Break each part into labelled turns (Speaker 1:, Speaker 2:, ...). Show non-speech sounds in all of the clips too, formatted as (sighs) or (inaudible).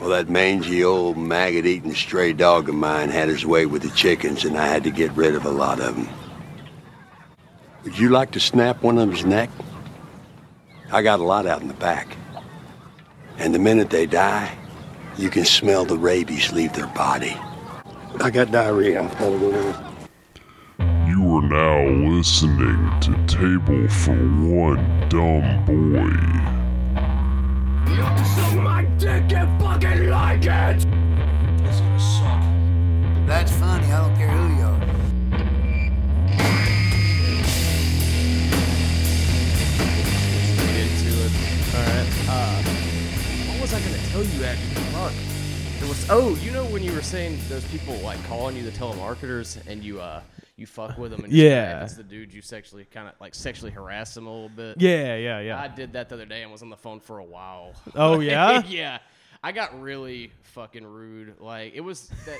Speaker 1: Well, that mangy old maggot-eating stray dog of mine had his way with the chickens, and I had to get rid of a lot of them. Would you like to snap one of them's neck? I got a lot out in the back. And the minute they die, you can smell the rabies leave their body. I got diarrhea. I'm probably going to.
Speaker 2: You are now listening to Table for One Dumb Boy.
Speaker 3: my dick and fucking like it!
Speaker 4: That's funny. I don't care who you are.
Speaker 5: Get into it. All right. Uh, what was I gonna tell you actually? Fuck. There was. Oh, you know when you were saying those people like calling you the telemarketers and you uh you fuck with them and you act
Speaker 6: Yeah.
Speaker 5: as the dude you sexually kind of like sexually harass them a little bit.
Speaker 6: Yeah, yeah, yeah.
Speaker 5: I did that the other day and was on the phone for a while. (laughs)
Speaker 6: Oh, yeah?
Speaker 5: yeah. I got really fucking rude. Like it was that.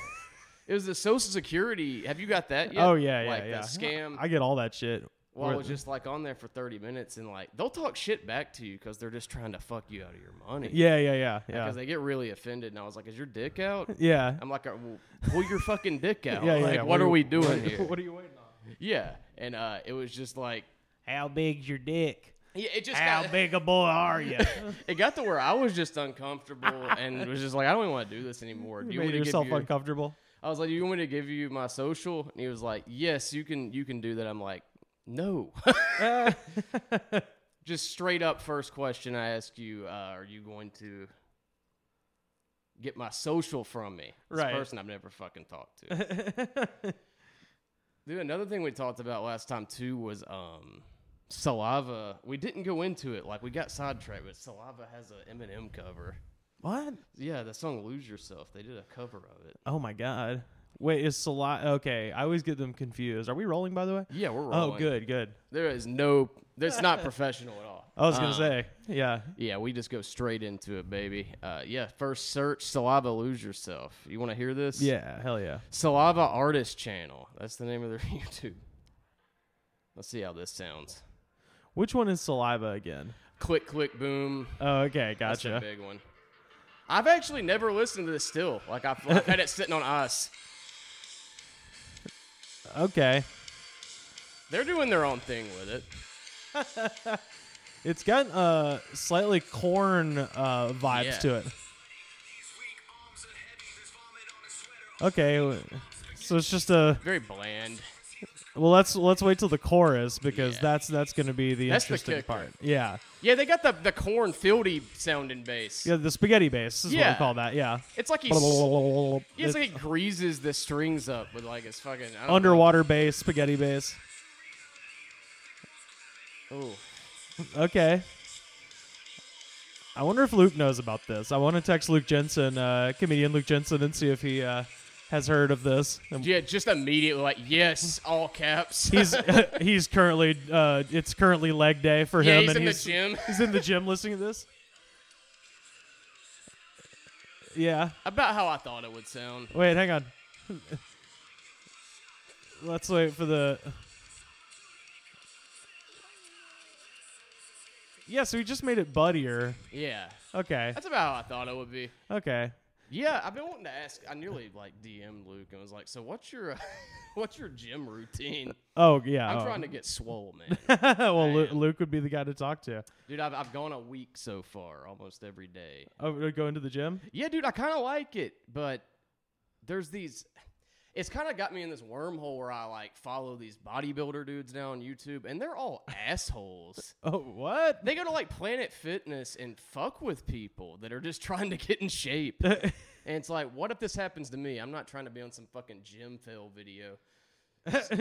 Speaker 5: It was the Social Security. Have you got that yet?
Speaker 6: Oh yeah, yeah,
Speaker 5: like the
Speaker 6: yeah.
Speaker 5: scam.
Speaker 6: I get all that shit.
Speaker 5: Well, I
Speaker 6: Where-
Speaker 5: was just like on there for 30 minutes and like they'll talk shit back to you because they're just trying to fuck you out of your money.
Speaker 6: yeah, yeah, yeah, yeah,
Speaker 5: Because they get really offended. And I was like, is your dick out?
Speaker 6: (laughs) yeah.
Speaker 5: I'm like, "Uh, well, pull your fucking dick
Speaker 6: (laughs)
Speaker 5: out.
Speaker 6: Yeah, yeah,
Speaker 5: like,
Speaker 6: yeah.
Speaker 5: what
Speaker 6: What
Speaker 5: are
Speaker 6: are
Speaker 5: we doing here?
Speaker 6: what are you waiting on?
Speaker 5: yeah. And uh, it was just like,
Speaker 6: How big's your dick?
Speaker 5: yeah, it (laughs) just
Speaker 6: How
Speaker 5: got,
Speaker 6: big a boy are you?
Speaker 5: (laughs) it got to where I was just uncomfortable and was just like, I don't even want to do this anymore. Do
Speaker 6: you
Speaker 5: you want
Speaker 6: made
Speaker 5: me to give
Speaker 6: yourself
Speaker 5: you?
Speaker 6: uncomfortable.
Speaker 5: I was like, you want me to give you my social? And he was like, yes, you can. You can do that. I'm like, no. just straight up first question I ask you, uh, are you going to get my social from me? This
Speaker 6: Right.
Speaker 5: person I've never fucking talked to. (laughs) Dude, another thing we talked about last time too was um saliva. We didn't go into it, like we got sidetracked, but saliva has a Eminem cover.
Speaker 6: What?
Speaker 5: Yeah, the song Lose Yourself. They did a cover of it.
Speaker 6: Oh my god. Wait, is Salat okay? I always get them confused. Are we rolling by the way?
Speaker 5: Yeah, we're rolling.
Speaker 6: Oh, good, good.
Speaker 5: There is no that's not professional at all.
Speaker 6: I was gonna
Speaker 5: Um,
Speaker 6: say, yeah.
Speaker 5: Yeah, we just go straight into it, baby. Uh, yeah, first search saliva lose yourself. You want to hear this?
Speaker 6: Yeah, hell yeah.
Speaker 5: Saliva Artist Channel. That's the name of their (laughs) YouTube. Let's see how this sounds.
Speaker 6: Which one is saliva again?
Speaker 5: Click, click, boom.
Speaker 6: Oh, okay,
Speaker 5: That's a
Speaker 6: gotcha.
Speaker 5: big one. I've actually never listened to this still. Like I've, I've
Speaker 6: (laughs)
Speaker 5: had it sitting on us.
Speaker 6: Okay.
Speaker 5: They're doing their own thing with it.
Speaker 6: It's got uh slightly corn uh vibes
Speaker 5: Yeah.
Speaker 6: to it. Okay. w- So it's just a
Speaker 5: Very bland.
Speaker 6: well. Let's let's wait till the chorus because
Speaker 5: Yeah.
Speaker 6: that's that's going to be the
Speaker 5: That's the
Speaker 6: interesting
Speaker 5: kicker.
Speaker 6: part. Yeah,
Speaker 5: Yeah, they got the the corn fieldy sounding bass.
Speaker 6: yeah. The spaghetti bass is what
Speaker 5: Yeah.
Speaker 6: we call that. Yeah.
Speaker 5: It's like he's yeah, it's like he greases the strings up with like his fucking I don't know.
Speaker 6: Underwater bass, spaghetti bass.
Speaker 5: Ooh.
Speaker 6: Okay. I wonder if Luke knows about this. I want to text Luke Jensen, uh, comedian Luke Jensen, and see if he uh, has heard of this. And
Speaker 5: Yeah, just immediately like yes, all caps. (laughs)
Speaker 6: He's (laughs) he's currently uh, it's currently leg day for
Speaker 5: Yeah,
Speaker 6: him,
Speaker 5: he's
Speaker 6: and
Speaker 5: in the
Speaker 6: he's
Speaker 5: gym.
Speaker 6: he's in the gym listening to this. Yeah.
Speaker 5: (laughs) about how I thought it would sound.
Speaker 6: Wait, hang on. (laughs) Let's wait for the. Yeah, so we just made it buddier.
Speaker 5: Yeah,
Speaker 6: Okay.
Speaker 5: that's about how I thought it would be.
Speaker 6: Okay.
Speaker 5: Yeah, I've been wanting to ask. I nearly like DM Luke and was like, "So what's your, (laughs) uh, what's your gym routine?"
Speaker 6: Oh yeah.
Speaker 5: I'm
Speaker 6: oh. (laughs)
Speaker 5: trying to get swole, man.
Speaker 6: well, Lu-
Speaker 5: am.
Speaker 6: Luke would be the guy to talk to.
Speaker 5: dude, I've I've gone a week so far, almost every day.
Speaker 6: Oh, to go into the gym.
Speaker 5: Yeah, dude, I kind of like it, but there's these. It's kind of got me in this wormhole where I like follow these bodybuilder dudes now on YouTube, and they're all (laughs) assholes.
Speaker 6: Oh, what? (laughs)
Speaker 5: They go to like Planet Fitness and fuck with people that are just (laughs) trying to get in shape. and it's like, what if this happens to me? I'm not trying to be on some fucking gym fail video.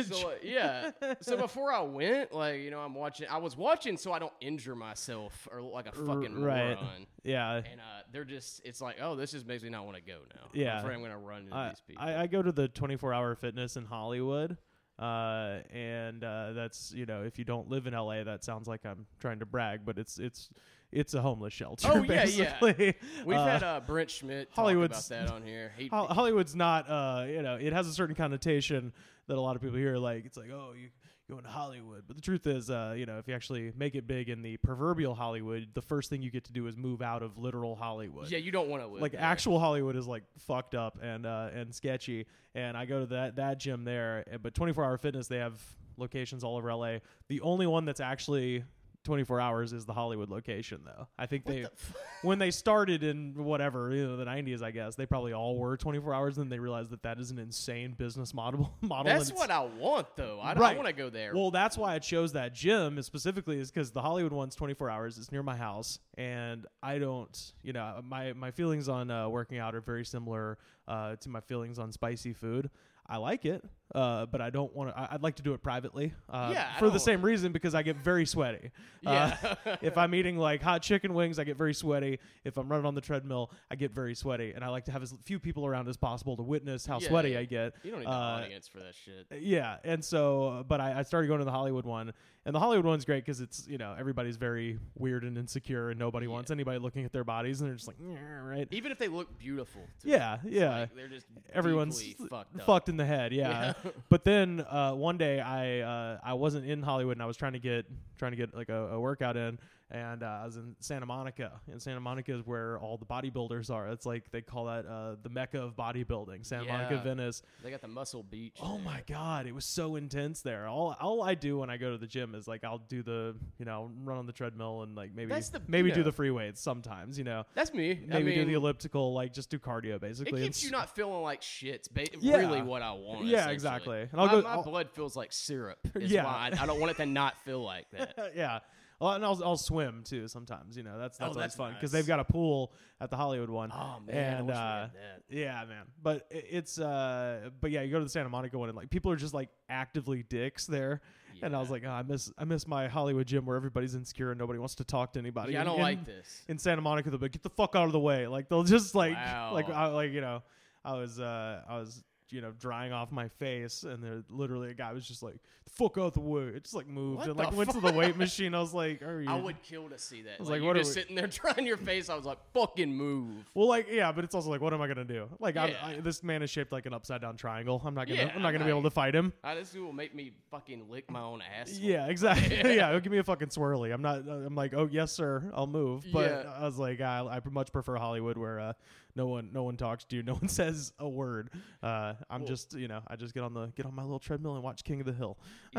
Speaker 5: So uh, yeah. So before I went, like you know, I'm watching. I was watching so I don't injure myself or look like a fucking
Speaker 6: right.
Speaker 5: moron.
Speaker 6: Yeah.
Speaker 5: And uh, they're just, it's like, oh, this just makes me not want to go now.
Speaker 6: Yeah.
Speaker 5: I'm afraid I'm going to run into
Speaker 6: I,
Speaker 5: these people.
Speaker 6: I, I go to the 24 hour fitness in Hollywood. Uh, and uh, that's you know if you don't live in LA, that sounds like I'm trying to brag, but it's it's it's a homeless shelter.
Speaker 5: Oh, yeah, yeah.
Speaker 6: (laughs) basically.
Speaker 5: We've
Speaker 6: Uh,
Speaker 5: had uh, Brent Schmidt talk
Speaker 6: Hollywood's-
Speaker 5: about that on here. He,
Speaker 6: Hol- Hollywood's not, uh, you know, it has a certain connotation that a lot of people hear. Like, it's like, oh, you, going to Hollywood. But the truth is, uh, you know, if you actually make it big in the proverbial Hollywood, the first thing you get to do is move out of literal Hollywood.
Speaker 5: Yeah, you don't want to live
Speaker 6: like
Speaker 5: there.
Speaker 6: actual Hollywood is like fucked up and uh, and sketchy. And I go to that that gym there, and- but 24 Hour Fitness they have locations all over LA. The only one that's actually 24 hours is the Hollywood location though. I think they
Speaker 5: (laughs)
Speaker 6: when they started in whatever, you know, the 90s I guess, they probably all were 24 hours and then they realized that that is an insane business model (laughs) model
Speaker 5: That's
Speaker 6: and
Speaker 5: what I want though. I, I
Speaker 6: Right.
Speaker 5: want to go there.
Speaker 6: Well, that's why I chose that gym is specifically is because the Hollywood one's 24 hours. It's near my house, and I don't, you know, my my feelings on uh, working out are very similar uh, to my feelings on spicy food. I like it, uh, but I don't want to. I'd like to do it privately uh,
Speaker 5: Yeah, I
Speaker 6: for the
Speaker 5: don't-
Speaker 6: same reason because I get very sweaty. Uh,
Speaker 5: (laughs) Yeah.
Speaker 6: if I'm eating like hot chicken wings, I get very sweaty. If I'm running on the treadmill, I get very sweaty, and I like to have as few people around as possible to witness how
Speaker 5: Yeah,
Speaker 6: sweaty
Speaker 5: yeah.
Speaker 6: I get.
Speaker 5: (laughs) you don't need
Speaker 6: uh,
Speaker 5: an audience for that shit.
Speaker 6: yeah, and so, uh, but I, I started going to the Hollywood one, and the Hollywood one's great because it's you know everybody's very weird and insecure, and nobody wants anybody looking at their bodies, and they're just like, "Nyeh," right?
Speaker 5: Even if they look beautiful. To me,
Speaker 6: Yeah, yeah.
Speaker 5: like, they're just
Speaker 6: Everyone's
Speaker 5: deeply fucked up.
Speaker 6: in the head, yeah. (laughs) but then uh, one day I uh, I wasn't in Hollywood and I was trying to get trying to get like a, a workout in, and uh, I was in Santa Monica, and Santa Monica is where all the bodybuilders are. It's like they call that uh, the mecca of bodybuilding, Santa
Speaker 5: Yeah.
Speaker 6: Monica, Venice.
Speaker 5: They got the Muscle Beach.
Speaker 6: Oh my god, it was so intense there. All all I do when I go to the gym is like I'll do the you know run on the treadmill and like maybe
Speaker 5: That's the-
Speaker 6: maybe
Speaker 5: you
Speaker 6: do
Speaker 5: know.
Speaker 6: the free weights sometimes. You know,
Speaker 5: That's me.
Speaker 6: maybe
Speaker 5: I mean,
Speaker 6: do the elliptical, like just do cardio
Speaker 5: it
Speaker 6: basically.
Speaker 5: keeps
Speaker 6: It's-
Speaker 5: you not feeling like shit's ba-
Speaker 6: Yeah.
Speaker 5: really what I want.
Speaker 6: Yeah,
Speaker 5: essentially.
Speaker 6: exactly. And I'll
Speaker 5: my
Speaker 6: go-
Speaker 5: my
Speaker 6: I'll-
Speaker 5: blood feels like syrup.
Speaker 6: (laughs)
Speaker 5: Is
Speaker 6: Yeah.
Speaker 5: why I, I don't want it to not feel like
Speaker 6: (laughs)
Speaker 5: that.
Speaker 6: yeah. Well, and I'll, I'll swim too sometimes. You know, that's that's, always
Speaker 5: Oh, that's
Speaker 6: fun because
Speaker 5: nice.
Speaker 6: they've got a pool at the Hollywood one.
Speaker 5: Oh, man, I
Speaker 6: and,
Speaker 5: wish we
Speaker 6: uh,
Speaker 5: had that.
Speaker 6: yeah, man. But i- it's uh, but yeah, you go to the Santa Monica one and like people are just like actively dicks there. And I was like, oh, I miss I miss my Hollywood gym where everybody's insecure and nobody wants to talk to anybody.
Speaker 5: Yeah, I
Speaker 6: And-
Speaker 5: don't
Speaker 6: and
Speaker 5: like this.
Speaker 6: In Santa Monica, they'll be like, get the fuck out of the way. Like they'll just like
Speaker 5: Wow.
Speaker 6: like I, like you know, I was uh, I was you know drying off my face, and there literally a guy was just like, the fuck out the way. It just like moved
Speaker 5: What
Speaker 6: and
Speaker 5: the
Speaker 6: like went to the
Speaker 5: fuck?
Speaker 6: weight machine. I was like, are you?
Speaker 5: I would kill to see that.
Speaker 6: was
Speaker 5: like,
Speaker 6: like,
Speaker 5: you're
Speaker 6: what are
Speaker 5: just
Speaker 6: we-
Speaker 5: sitting there (laughs) trying your face. I was like, fucking move.
Speaker 6: Well, like yeah, but it's also like, what am I gonna do? Like,
Speaker 5: Yeah.
Speaker 6: I'm, I, this man is shaped like an upside down triangle. I'm not gonna,
Speaker 5: Yeah,
Speaker 6: I'm not gonna be
Speaker 5: like-
Speaker 6: able to fight him.
Speaker 5: I, Ah, this will make me fucking lick my own ass.
Speaker 6: Yeah, (laughs) exactly. Yeah, it'll give me a fucking swirly. I'm not. I'm like, oh yes, sir, I'll move. But
Speaker 5: Yeah.
Speaker 6: I was like, "Ah, I, I much prefer Hollywood, where uh, no one, no one talks to you, no (laughs) one says a word. Uh, I'm just, you know, I just get on the get on my little treadmill and watch King of the Hill.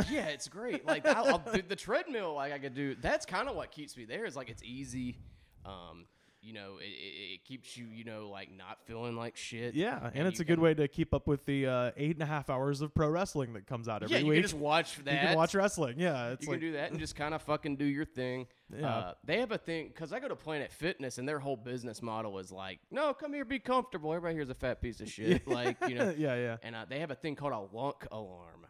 Speaker 5: yeah, it's great. Like I'll, I'll do the treadmill. Like I could do. That's kind of what keeps me there. Is like it's easy. Um, you know, it, it, it keeps you. You know, like not feeling like shit.
Speaker 6: Yeah, and, it's
Speaker 5: you
Speaker 6: a good
Speaker 5: can-
Speaker 6: way to keep up with the uh, eight and a half hours of pro wrestling that comes out every
Speaker 5: Yeah, you
Speaker 6: week.
Speaker 5: can just watch that.
Speaker 6: You can watch wrestling. Yeah, it's
Speaker 5: You
Speaker 6: like (laughs)
Speaker 5: can do that and just kind of fucking do your thing.
Speaker 6: Yeah.
Speaker 5: Uh, they have a thing because I go to Planet Fitness and their whole business model is like, no, come here, be comfortable. Everybody here's a fat piece of shit. like, you know,
Speaker 6: (laughs) Yeah, yeah.
Speaker 5: And uh, they have a thing called a lunk alarm.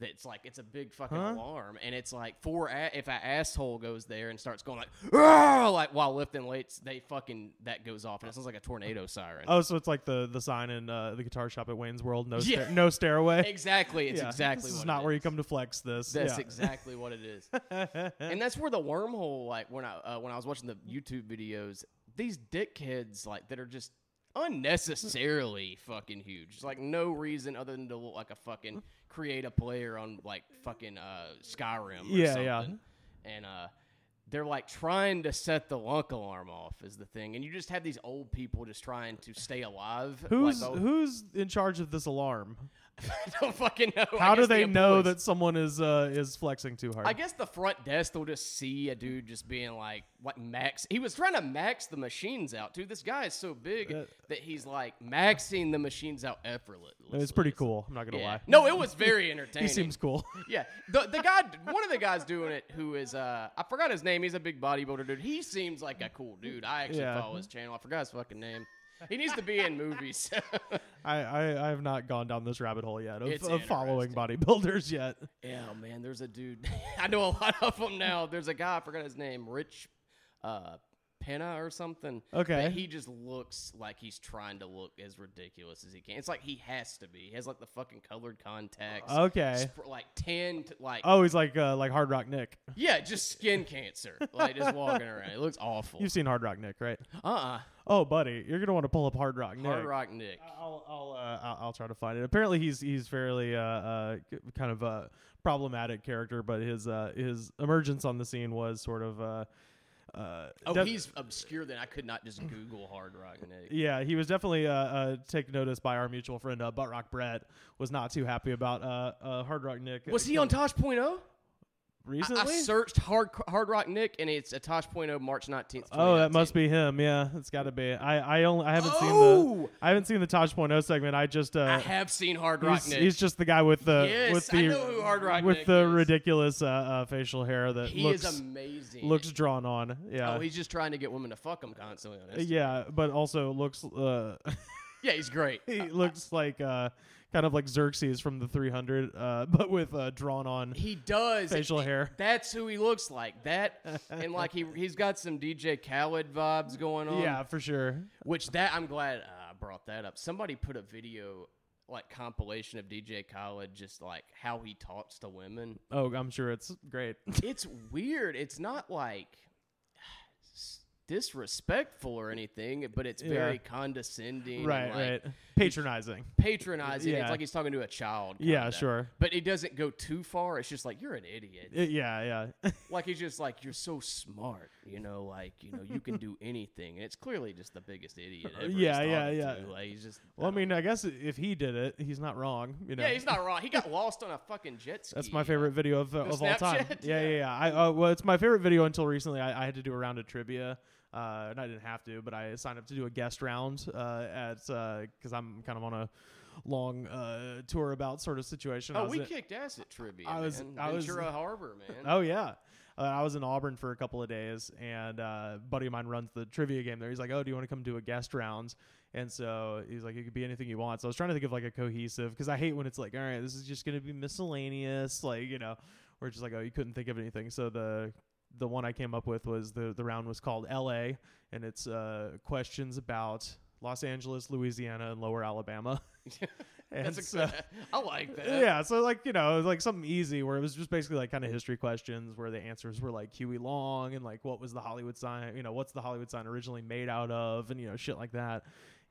Speaker 5: That's like it's a big fucking alarm, and it's like for a- if an asshole goes there and starts going like, "Argh," like while lifting weights, they fucking that goes off, and it sounds like a tornado siren.
Speaker 6: Oh, so it's like the the sign in uh, the guitar shop at Wayne's World. No,
Speaker 5: Yeah.
Speaker 6: stair- no stairway.
Speaker 5: exactly, (laughs) it's
Speaker 6: Yeah,
Speaker 5: exactly.
Speaker 6: This
Speaker 5: what
Speaker 6: is
Speaker 5: it
Speaker 6: not where you
Speaker 5: is.
Speaker 6: come to flex. This.
Speaker 5: That's
Speaker 6: yeah.
Speaker 5: exactly what it
Speaker 6: (laughs)
Speaker 5: is. and that's where the wormhole, like when I uh, when I was watching the YouTube videos, these dickheads like that are just unnecessarily fucking huge. It's like no reason other than to look like a fucking create a player on like fucking uh, Skyrim. Or
Speaker 6: Yeah, yeah.
Speaker 5: something. And uh, they're like trying to set the lunk alarm off is the thing, and you just have these old people just trying to stay alive. Like, oh.
Speaker 6: Who's
Speaker 5: they'll-
Speaker 6: who's in charge of this alarm?
Speaker 5: (laughs) I don't fucking know. I
Speaker 6: How do
Speaker 5: guess the
Speaker 6: they know
Speaker 5: employees.
Speaker 6: that someone is uh, is flexing too hard?
Speaker 5: I guess the front desk will just see a dude just being like, like max. He was trying to max the machines out, dude. This guy is so big
Speaker 6: Uh,
Speaker 5: that he's like maxing the machines out effortlessly.
Speaker 6: it's pretty cool. I'm not gonna
Speaker 5: Yeah.
Speaker 6: lie.
Speaker 5: No, it was very (laughs) entertaining.
Speaker 6: he seems cool.
Speaker 5: Yeah, the the guy, one of the guys doing it, who is uh, I forgot his name. He's a big bodybuilder dude. He seems like a cool dude. I actually
Speaker 6: Yeah.
Speaker 5: follow his channel. I forgot his fucking name. He needs to be in movies. (laughs)
Speaker 6: (laughs) I, I I have not gone down this rabbit hole yet of,
Speaker 5: It's
Speaker 6: of following bodybuilders yet.
Speaker 5: Yeah, oh, man, (laughs) there's a dude. I know a lot of them now. There's a guy, I forgot his name, Rich uh, Penna or something.
Speaker 6: Okay.
Speaker 5: But he just looks like he's trying to look as ridiculous as he can. It's like he has to be. He has like the fucking colored contacts.
Speaker 6: Okay.
Speaker 5: sp- like tan, to, like
Speaker 6: Oh, he's like uh, like Hard Rock Nick.
Speaker 5: yeah, just skin cancer. Like just walking around. It looks awful.
Speaker 6: You've seen Hard Rock Nick,
Speaker 5: (gasps)
Speaker 6: right?
Speaker 5: Uh uh
Speaker 6: Oh, buddy, you're gonna want to pull up Hard Rock Nick.
Speaker 5: Hard Rock Nick.
Speaker 6: I'll I'll, uh, I'll I'll try to find it. Apparently, he's he's fairly uh, uh g- kind of a problematic character, but his uh his emergence on the scene was sort of uh uh
Speaker 5: Oh,
Speaker 6: def-
Speaker 5: he's obscure. Then I could not just Google Hard Rock Nick.
Speaker 6: yeah he was definitely uh, uh take notice by our mutual friend uh, Butt Rock Brett was not too happy about uh, uh Hard Rock Nick.
Speaker 5: Was he on oh? Tosh.0? I,
Speaker 6: recently?
Speaker 5: I searched Hard Hard Rock Nick, and it's a Tosh.0 March nineteenth.
Speaker 6: Oh, that must be him. Yeah, it's got to be. I I only I haven't seen the
Speaker 5: Oh!
Speaker 6: I haven't seen the Tosh Point segment. I just uh
Speaker 5: I have seen Hard Rock
Speaker 6: he's,
Speaker 5: Nick.
Speaker 6: he's just the guy with the
Speaker 5: Yes,
Speaker 6: with the
Speaker 5: I know who Hard Rock
Speaker 6: with
Speaker 5: Nick
Speaker 6: the
Speaker 5: is.
Speaker 6: ridiculous uh, uh, facial hair that
Speaker 5: he
Speaker 6: looks
Speaker 5: is amazing.
Speaker 6: looks drawn on. Yeah.
Speaker 5: Oh, he's just trying to get women to fuck him constantly. On Instagram.
Speaker 6: yeah, but also looks uh (laughs)
Speaker 5: yeah, he's great.
Speaker 6: he looks like uh kind of like Xerxes from the 300 uh (laughs) but with uh drawn on
Speaker 5: He does
Speaker 6: facial
Speaker 5: (laughs)
Speaker 6: hair.
Speaker 5: That's who he looks like. That and like he he's got some DJ Khaled vibes going on.
Speaker 6: yeah, for sure.
Speaker 5: Which that I'm glad uh, I brought that up. Somebody put a video like compilation of DJ Khaled just like how he talks to women.
Speaker 6: Oh, I'm sure it's great. (laughs)
Speaker 5: It's weird. It's not like s- disrespectful or anything, but it's very condescending. and,
Speaker 6: right, right.
Speaker 5: like, (laughs)
Speaker 6: Patronizing.
Speaker 5: Patronizing.
Speaker 6: Yeah.
Speaker 5: It's like he's talking to a child.
Speaker 6: Yeah,
Speaker 5: kinda.
Speaker 6: sure.
Speaker 5: But it doesn't go too far. It's just like you're an idiot.
Speaker 6: I- yeah, yeah.
Speaker 5: like he's just like you're so smart. You know, like you know you
Speaker 6: (laughs)
Speaker 5: can do anything, and it's clearly just the biggest idiot. Ever he's
Speaker 6: Uh, yeah, yeah,
Speaker 5: talking
Speaker 6: yeah.
Speaker 5: to. Like he's just.
Speaker 6: Well, I
Speaker 5: don't
Speaker 6: mean, I guess if he did it, he's not wrong. You know,
Speaker 5: Yeah, he's not wrong.
Speaker 6: (laughs)
Speaker 5: He got lost on a fucking jet ski.
Speaker 6: That's my favorite video of, of all time.
Speaker 5: Snapchat?
Speaker 6: Yeah, yeah,
Speaker 5: Yeah.
Speaker 6: yeah. I, uh, well, it's my favorite video until recently. I, I had to do a round of trivia, uh, and I didn't have to, but I signed up to do a guest round uh, at because I'm kind of on a long uh, tour about sort of situation. I
Speaker 5: Oh,
Speaker 6: was
Speaker 5: we
Speaker 6: in-
Speaker 5: kicked ass at trivia.
Speaker 6: I was-
Speaker 5: man.
Speaker 6: I was-
Speaker 5: Ventura Harbor, man.
Speaker 6: Oh yeah. Uh, I was in Auburn for a couple of days, and uh, a buddy of mine runs the trivia game there. He's like, "Oh, do you want to come do a guest round?" And so he's like, "It could be anything you want." So I was trying to think of like a cohesive because I hate when it's like, "All right, this is just going to be miscellaneous," like you know, we're just like, "Oh, you couldn't think of anything." So the the one I came up with was the the round was called L.A. and it's uh, questions about Los Angeles, Louisiana, and Lower Alabama. (laughs) and
Speaker 5: That's a,
Speaker 6: so-
Speaker 5: (laughs) I like that.
Speaker 6: yeah, so like you know, it was like something easy where it was just basically like kind of history questions where the answers were like Huey Long and like what was the Hollywood sign, you know, what's the Hollywood sign originally made out of, and you know, shit like that.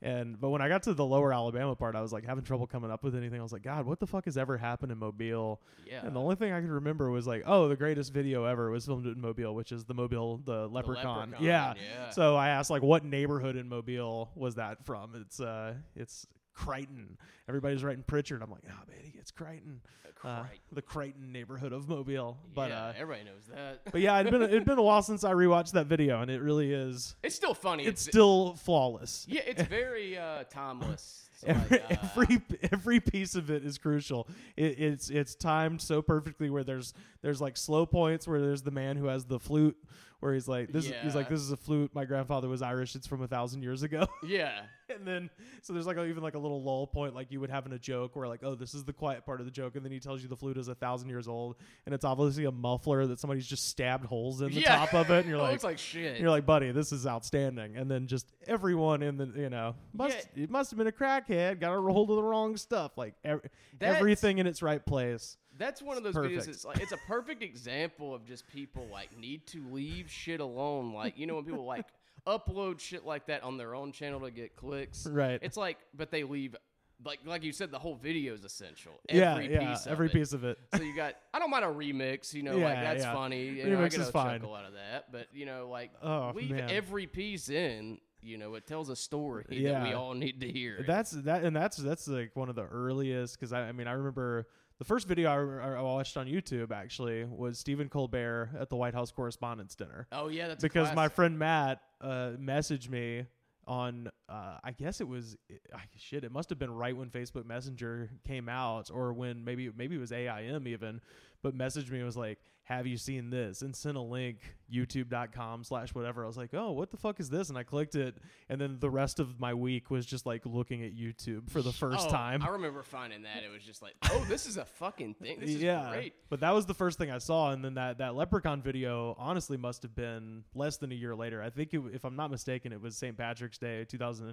Speaker 6: And but when I got to the Lower Alabama part, I was like having trouble coming up with anything. I was like, God, what the fuck has ever happened in Mobile?
Speaker 5: Yeah.
Speaker 6: And the only thing I could remember was like, oh, the greatest video ever was filmed in Mobile, which is the Mobile, the Leprechaun.
Speaker 5: Leprechaun,
Speaker 6: yeah.
Speaker 5: yeah.
Speaker 6: So I asked like, what neighborhood in Mobile was that from? It's uh, it's Crichton. Everybody's writing Pritchard. I'm like, oh man, it's Crichton. Uh,
Speaker 5: Crichton.
Speaker 6: the Crichton neighborhood of Mobile. But
Speaker 5: Yeah,
Speaker 6: uh,
Speaker 5: everybody knows that.
Speaker 6: but yeah, it'd been it'd been a while since I rewatched that video, and it really is.
Speaker 5: (laughs) it's still funny.
Speaker 6: It's still flawless.
Speaker 5: yeah,
Speaker 6: (laughs)
Speaker 5: it's very uh, timeless. It's
Speaker 6: Every,
Speaker 5: like, uh,
Speaker 6: (laughs) every every piece of it is crucial. It, it's it's timed so perfectly where there's there's like slow points where there's the man who has the flute where he's like this is, he's like
Speaker 5: Yeah.
Speaker 6: this is a flute. My grandfather was Irish. It's from a thousand years ago. (laughs)
Speaker 5: yeah.
Speaker 6: and then so there's like a, even like a little lull point like you would have in a joke where like oh this is the quiet part of the joke and then he tells you the flute is a thousand years old and it's obviously a muffler that somebody's just stabbed holes in the
Speaker 5: yeah.
Speaker 6: top of it and
Speaker 5: (laughs)
Speaker 6: you're
Speaker 5: It
Speaker 6: like,
Speaker 5: looks like shit.
Speaker 6: you're like buddy this is outstanding and then just everyone in the you know must it must have been a crackhead got a hold of the wrong stuff like ev-
Speaker 5: That's-
Speaker 6: everything in its right place
Speaker 5: That's one of those
Speaker 6: perfect.
Speaker 5: videos. It's like it's a perfect example of just people like need to leave shit alone. Like you know when people
Speaker 6: (laughs)
Speaker 5: like upload shit like that on their own channel to get clicks.
Speaker 6: Right.
Speaker 5: It's like, but they leave. Like like you said, the whole video is essential.
Speaker 6: yeah
Speaker 5: Every
Speaker 6: yeah
Speaker 5: piece of
Speaker 6: every
Speaker 5: it.
Speaker 6: piece of it
Speaker 5: So you got. I don't mind a remix. You know, like
Speaker 6: Yeah,
Speaker 5: that's
Speaker 6: yeah.
Speaker 5: funny. You know, I
Speaker 6: Remix
Speaker 5: get
Speaker 6: is
Speaker 5: a
Speaker 6: fine.
Speaker 5: chuckle out of that. But you know, like
Speaker 6: Oh,
Speaker 5: leave
Speaker 6: man.
Speaker 5: every piece in. You know, it tells a story that we
Speaker 6: Yeah.
Speaker 5: all need to hear.
Speaker 6: That's that, and that's that's like one of the earliest because I, I mean I remember the first video I, remember- I watched on YouTube actually was Stephen Colbert at the White House Correspondents' Dinner
Speaker 5: oh yeah, that's a
Speaker 6: because my
Speaker 5: classic.
Speaker 6: friend Matt uh, messaged me on uh, I guess it was I- shit. It must have been right when Facebook Messenger came out, or when maybe maybe it was AIM even. But messaged me and was like, "Have you seen this?" and sent a link YouTube.com slash whatever. I was like, "Oh, what the fuck is this?" and I clicked it, and then the rest of my week was just like looking at YouTube for the first
Speaker 5: Oh,
Speaker 6: time.
Speaker 5: I remember finding that. It was just like, oh, this is a fucking thing. (laughs) This is
Speaker 6: yeah,
Speaker 5: great.
Speaker 6: but that was the first thing I saw, and then that that leprechaun video honestly must have been less than a year later. I think, it, if I'm not mistaken, it was St. Patrick's Day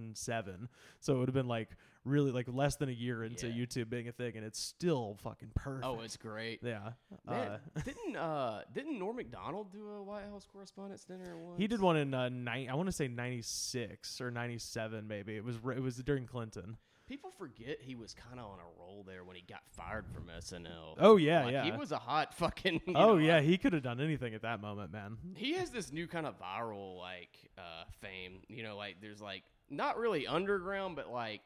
Speaker 6: 2007, so it would have been like really like less than a year into
Speaker 5: Yeah.
Speaker 6: YouTube being a thing, and it's still fucking perfect.
Speaker 5: Oh, it's great.
Speaker 6: yeah.
Speaker 5: Man,
Speaker 6: Uh, (laughs)
Speaker 5: didn't uh didn't Norm Macdonald do a White House Correspondents' Dinner once?
Speaker 6: he did one in uh, nine. I want to say 96 or 97, maybe. It was r it was during Clinton.
Speaker 5: People forget he was kind of on a roll there when he got fired from SNL.
Speaker 6: Oh, yeah,
Speaker 5: Like, He
Speaker 6: yeah.
Speaker 5: was a hot fucking. you
Speaker 6: oh
Speaker 5: know,
Speaker 6: yeah,
Speaker 5: like-
Speaker 6: he could have done anything at that moment, man.
Speaker 5: he has this new kind of viral like uh fame you know like there's like not really underground but like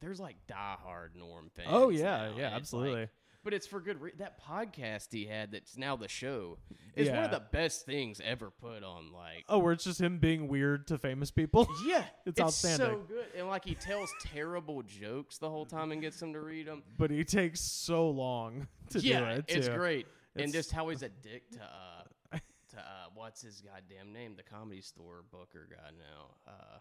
Speaker 5: there's like diehard norm fans
Speaker 6: Oh, yeah,
Speaker 5: now,
Speaker 6: yeah,
Speaker 5: and it's, like-
Speaker 6: absolutely.
Speaker 5: but it's for good re- that podcast he had that's now the show is one of
Speaker 6: Yeah.
Speaker 5: the best things ever put on like
Speaker 6: Oh, where it's just him being weird to famous
Speaker 5: (laughs)
Speaker 6: people.
Speaker 5: yeah
Speaker 6: It's outstanding.
Speaker 5: so good and like he tells terrible jokes the whole time and gets them to read them
Speaker 6: but he takes so long (laughs) to do
Speaker 5: yeah
Speaker 6: it.
Speaker 5: it's
Speaker 6: too.
Speaker 5: great and
Speaker 6: It's-
Speaker 5: just how
Speaker 6: (laughs)
Speaker 5: he's a dick to uh to uh what's his goddamn name the comedy store booker guy now uh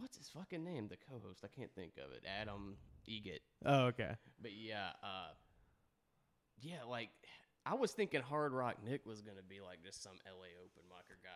Speaker 5: what's his fucking name the co-host i can't think of it adam eget
Speaker 6: Oh, okay. (laughs)
Speaker 5: but yeah uh yeah like i was thinking hard rock nick was gonna be like just some la open micer guy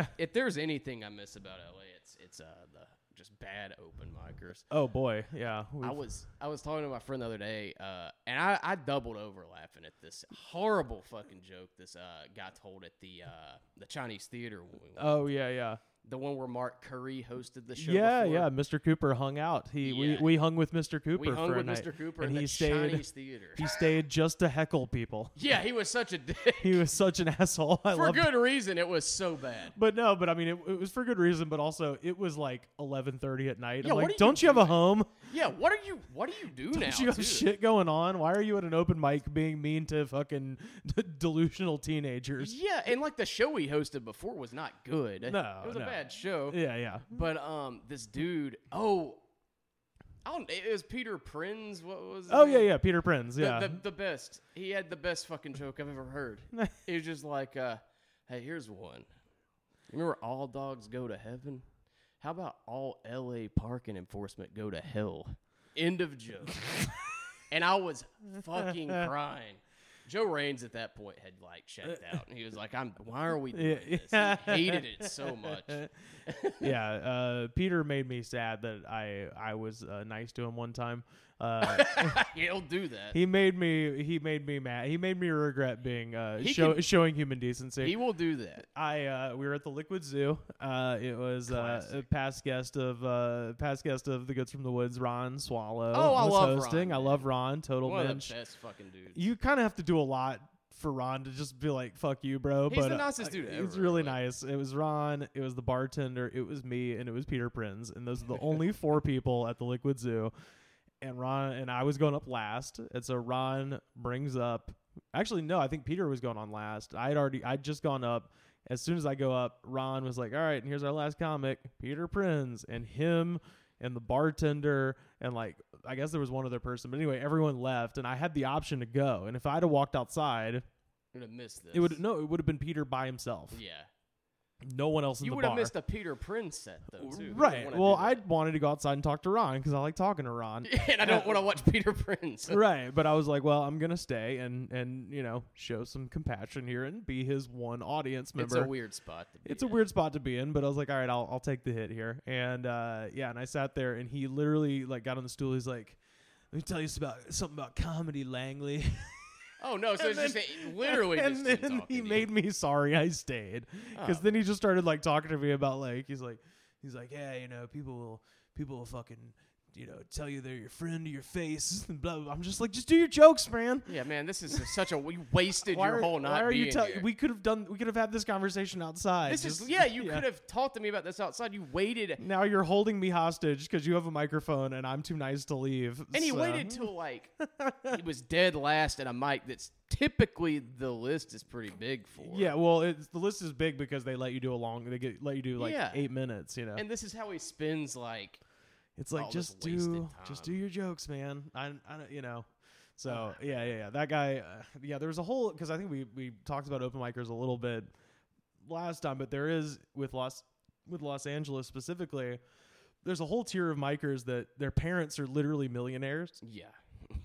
Speaker 5: If- if there's anything i miss about la it's it's uh the just bad open micers
Speaker 6: Oh boy, yeah.
Speaker 5: I
Speaker 6: we've-
Speaker 5: was I was talking to my friend the other day, uh, and I, I doubled over laughing at this horrible fucking joke this uh, guy told at the uh, the Chinese theater when we went.
Speaker 6: Oh yeah, yeah,
Speaker 5: the one where Mark Curry hosted the show.
Speaker 6: yeah,
Speaker 5: before.
Speaker 6: yeah. Mr. Cooper hung out. He we,
Speaker 5: Yeah.
Speaker 6: we hung with Mr. Cooper
Speaker 5: We hung
Speaker 6: for a
Speaker 5: with
Speaker 6: night,
Speaker 5: Mr. Cooper
Speaker 6: and
Speaker 5: at
Speaker 6: he
Speaker 5: the
Speaker 6: stayed.
Speaker 5: Chinese theater.
Speaker 6: (laughs)
Speaker 5: (laughs)
Speaker 6: He stayed just to heckle people.
Speaker 5: yeah, he was such a dick
Speaker 6: (laughs) He was such an asshole. I
Speaker 5: for
Speaker 6: loved it.
Speaker 5: good reason. It was so bad.
Speaker 6: But no, but I mean, it, it was for good reason. But also, it was like eleven thirty at night.
Speaker 5: Yeah,
Speaker 6: I'm
Speaker 5: what
Speaker 6: like,
Speaker 5: are you
Speaker 6: don't you have a
Speaker 5: doing?
Speaker 6: home?
Speaker 5: Yeah, what are you? What do you do (laughs) now?
Speaker 6: Don't you have
Speaker 5: too?
Speaker 6: shit going on? Why are you at an open mic being mean to fucking (laughs) delusional
Speaker 5: (laughs)
Speaker 6: teenagers?
Speaker 5: Yeah, and like the show he hosted before was not good.
Speaker 6: No,
Speaker 5: it was
Speaker 6: no.
Speaker 5: a bad show.
Speaker 6: Yeah, yeah.
Speaker 5: But um, this dude, oh, I don't. It was Peter Prinz. What was? his
Speaker 6: Oh yeah,
Speaker 5: name?
Speaker 6: yeah. Peter Prinz.
Speaker 5: The,
Speaker 6: Yeah.
Speaker 5: the, the best. He had the best fucking joke I've ever heard.
Speaker 6: (laughs)
Speaker 5: he was just like, uh, "Hey, here's one. Remember, all dogs go to heaven. How about all L.A. parking enforcement go to hell? End
Speaker 6: (laughs)
Speaker 5: of joke." and I was fucking crying. Joe Raines at that point had like checked out, and he was like, "I'm. Why are we doing
Speaker 6: (laughs) Yeah.
Speaker 5: this?" He hated it so much.
Speaker 6: (laughs) yeah, uh, Peter made me sad that I I was uh, nice to him one time.
Speaker 5: (laughs)
Speaker 6: Uh,
Speaker 5: He'll do that.
Speaker 6: he made me he made me mad. He made me regret being uh,
Speaker 5: He
Speaker 6: show,
Speaker 5: can-
Speaker 6: showing human decency.
Speaker 5: He will do that.
Speaker 6: I uh, we were at the Liquid Zoo. Uh, it was uh, a
Speaker 5: Classic.
Speaker 6: past guest of uh, past guest of the Goods from the Woods, Ron Swallow.
Speaker 5: Oh, I
Speaker 6: was
Speaker 5: love Ron,
Speaker 6: hosting. I
Speaker 5: man.
Speaker 6: love Ron. Total
Speaker 5: One
Speaker 6: mensch.
Speaker 5: of the best fucking dudes.
Speaker 6: You kind of have to do a lot for Ron to just be like "fuck you, bro."
Speaker 5: He's
Speaker 6: but
Speaker 5: the
Speaker 6: uh,
Speaker 5: nicest dude
Speaker 6: It
Speaker 5: ever,
Speaker 6: was really
Speaker 5: like-
Speaker 6: nice. It was Ron. It was the bartender. It was me, and it was Peter Prinz, and those are the
Speaker 5: (laughs)
Speaker 6: only four people at the Liquid Zoo. And Ron and I was going up last, and so Ron brings up. Actually, no, I think Peter was going on last. I had already. I'd just gone up. As soon as I go up, Ron was like, "All right, and here's our last comic, Peter Prinz," and him and the bartender and like I guess there was one other person, but anyway, everyone left, and I had the option to go. And if I'd have walked outside,
Speaker 5: would have missed this.
Speaker 6: it would no, it would have been Peter by himself.
Speaker 5: Yeah.
Speaker 6: No one else in
Speaker 5: You
Speaker 6: the
Speaker 5: would
Speaker 6: bar.
Speaker 5: have missed a Peter Prince set though too. You
Speaker 6: right.
Speaker 5: wouldn't wanna
Speaker 6: Well,
Speaker 5: do
Speaker 6: I wanted to go outside and talk to Ron because I like talking to
Speaker 5: (laughs)
Speaker 6: Ron.
Speaker 5: that. and I don't want to watch Peter Prince.
Speaker 6: right. But I was like, well, I'm gonna stay and and you know show some compassion here and be his one audience member.
Speaker 5: It's a weird spot. To be
Speaker 6: It's a
Speaker 5: in.
Speaker 6: weird spot to be in, but I was like, all right, I'll, I'll take the hit here. And uh, yeah, and I sat there, and he literally like got on the stool. He's like, let me tell you about something about comedy,
Speaker 5: (laughs)
Speaker 6: Langley.
Speaker 5: Oh no! So
Speaker 6: And
Speaker 5: it's just
Speaker 6: then-
Speaker 5: a- literally
Speaker 6: (laughs) and
Speaker 5: just him
Speaker 6: then
Speaker 5: talking
Speaker 6: he
Speaker 5: to you.
Speaker 6: made me sorry I stayed because
Speaker 5: Oh.
Speaker 6: then he just started like talking to me about like he's like he's like yeah you know people will people will fucking you know, tell you they're your friend to your face. (laughs) And blah, blah, blah. I'm just like, just do your jokes, man.
Speaker 5: Yeah, man, this is such a we wasted
Speaker 6: Why
Speaker 5: your
Speaker 6: are-
Speaker 5: whole not
Speaker 6: why are
Speaker 5: being
Speaker 6: you tell-
Speaker 5: here.
Speaker 6: We could have done. We could have had this conversation outside.
Speaker 5: this is
Speaker 6: Just- (laughs)
Speaker 5: yeah. You could have talked to me about this outside. You waited,
Speaker 6: Now you're holding me hostage because you have a microphone and I'm too nice to leave.
Speaker 5: and he
Speaker 6: so-
Speaker 5: waited till
Speaker 6: (laughs)
Speaker 5: like he was dead last at a mic. That's typically the list is pretty big for.
Speaker 6: Yeah, well, it's, the list is big because they let you do a long. They get let you do like
Speaker 5: Yeah.
Speaker 6: eight minutes. You know,
Speaker 5: and this is how he spins. Like
Speaker 6: it's like
Speaker 5: all this
Speaker 6: just
Speaker 5: wasted
Speaker 6: do just do
Speaker 5: time.
Speaker 6: your jokes, man. I, I don't- you know. So yeah, yeah, yeah. That guy. Uh, yeah, there's a whole because I think we we talked about open micers a little bit last time, but there is with Los with Los Angeles specifically. There's a whole tier of micers that their parents are literally millionaires.
Speaker 5: yeah,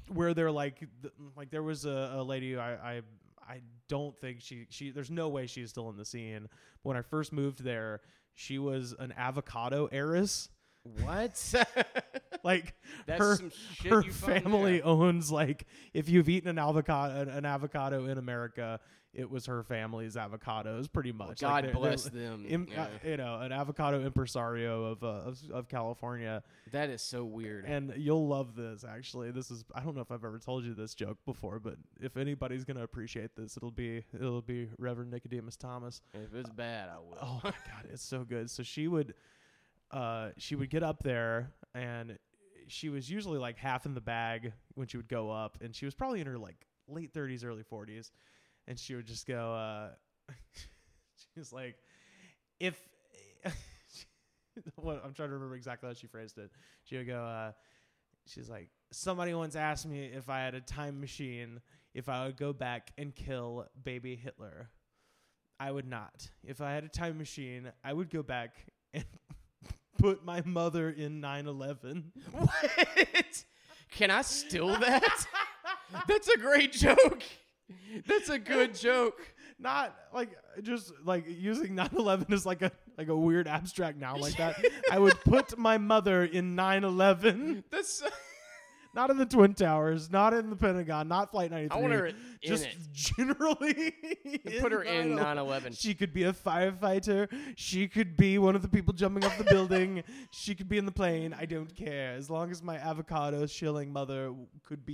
Speaker 6: where they're like th- like there was a, a lady who I, I I don't think she she there's no way she's still in the scene. But when I first moved there, she was an avocado heiress.
Speaker 5: what? (laughs)
Speaker 6: Like
Speaker 5: That's
Speaker 6: her,
Speaker 5: some shit
Speaker 6: her
Speaker 5: you found
Speaker 6: family
Speaker 5: there.
Speaker 6: owns like if you've eaten an avocado an, an avocado in America, it was her family's avocados pretty much.
Speaker 5: God
Speaker 6: they're-
Speaker 5: bless
Speaker 6: they're-
Speaker 5: them.
Speaker 6: im-
Speaker 5: Yeah.
Speaker 6: uh, you know, an avocado impresario of uh, of, of California.
Speaker 5: that is so weird.
Speaker 6: And you'll love this actually. This is I don't know if I've ever told you this joke before, but if anybody's going to appreciate this, it'll be it'll be Reverend Nicodemus Thomas.
Speaker 5: if it's bad, I will.
Speaker 6: Oh my god, it's so good. So she would uh she would get up there and she was usually like half in the bag when she would go up and she was probably in her like late 30s early 40s and she would just go uh (laughs) she was like if (laughs) what I'm trying to remember exactly how she phrased it. She would go uh she's like somebody once asked me if I had a time machine if I would go back and kill baby Hitler. I would not. If I had a time machine, I would go back and (laughs) put my mother in 9/11.
Speaker 5: (laughs) What? Can I steal that? (laughs) That's a great joke. That's a good joke.
Speaker 6: (laughs) Not like just like using 9/11 as like a like a weird abstract now like that. I would put my mother in 9/11.
Speaker 5: That's. So- (laughs)
Speaker 6: Not in the Twin Towers, not in the Pentagon, not Flight 93.
Speaker 5: want her in
Speaker 6: just
Speaker 5: it. (laughs)
Speaker 6: generally
Speaker 5: Put her in 9/11.
Speaker 6: She could be a firefighter. She could be one of the people jumping off the
Speaker 5: (laughs)
Speaker 6: building. She could be in the plane. I don't care. As long as my avocado shilling mother w- could
Speaker 5: (laughs)
Speaker 6: be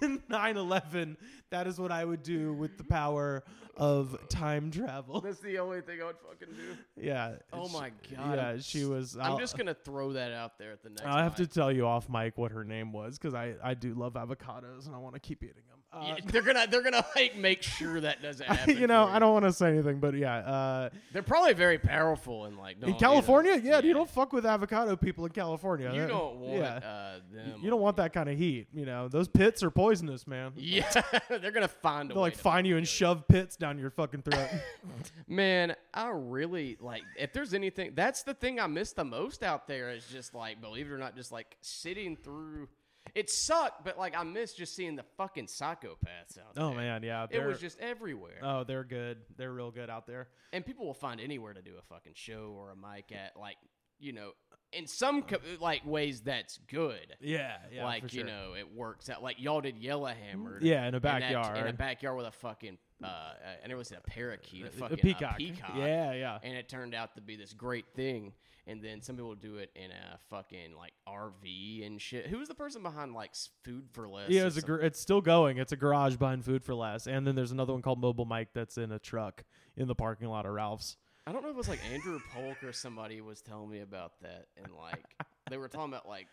Speaker 6: in 9 11, that is what I would do with the power of time travel.
Speaker 5: That's the only thing I would fucking do.
Speaker 6: Yeah.
Speaker 5: Oh
Speaker 6: she-
Speaker 5: my god.
Speaker 6: Yeah,
Speaker 5: I'm
Speaker 6: she
Speaker 5: s-
Speaker 6: was.
Speaker 5: I'm
Speaker 6: I'll-
Speaker 5: just gonna throw that out there at the next.
Speaker 6: I'll have to
Speaker 5: mic.
Speaker 6: tell you off mic what her name was because I, I do love avocados and I want to keep eating them. Uh,
Speaker 5: Yeah, they're gonna they're gonna like make sure that doesn't
Speaker 6: (laughs)
Speaker 5: happen.
Speaker 6: you know, (laughs)
Speaker 5: for
Speaker 6: I don't want to say anything, but yeah. Uh,
Speaker 5: They're probably very powerful in like
Speaker 6: in
Speaker 5: don't-
Speaker 6: California,
Speaker 5: you know,
Speaker 6: yeah, you don't fuck with avocado people in California.
Speaker 5: You
Speaker 6: That-
Speaker 5: don't want
Speaker 6: yeah.
Speaker 5: uh, them.
Speaker 6: you don't want that kind of heat. You know, those pits are poisonous, man.
Speaker 5: Yeah, (laughs) they're gonna find a
Speaker 6: They'll
Speaker 5: way.
Speaker 6: like
Speaker 5: to
Speaker 6: find you and shove pits down your fucking
Speaker 5: (laughs)
Speaker 6: throat. (laughs)
Speaker 5: Man, I really like if there's anything that's the thing I miss the most out there is just like believe it or not just like sitting through it sucked, but like I miss just seeing the fucking psychopaths out there.
Speaker 6: oh man, yeah.
Speaker 5: It was
Speaker 6: they're-
Speaker 5: just everywhere.
Speaker 6: Oh, they're good. They're real good out there.
Speaker 5: and people will find anywhere to do a fucking show or a mic at like, you know, in some co- like ways that's good.
Speaker 6: Yeah, yeah.
Speaker 5: like
Speaker 6: for
Speaker 5: you
Speaker 6: sure.
Speaker 5: know, it works out. Like y'all did Yellowhammer.
Speaker 6: Yeah, in a
Speaker 5: and that- in a
Speaker 6: backyard.
Speaker 5: backyard with a fucking uh, uh, and it was a parakeet, a
Speaker 6: A- a
Speaker 5: fucking uh,
Speaker 6: peacock.
Speaker 5: peacock.
Speaker 6: Yeah, yeah.
Speaker 5: And it turned out to be this great thing. And then some people do it in a fucking like RV and shit. Who was the person behind like s- Food for Less?
Speaker 6: Yeah,
Speaker 5: or
Speaker 6: it's a
Speaker 5: something?
Speaker 6: gar- it's still going. It's a garage buying food for less, and then there's another one called Mobile Mike that's in a truck in the parking lot of Ralph's.
Speaker 5: I don't know if it was like Andrew Polk or somebody was telling me about that, and like they were talking about like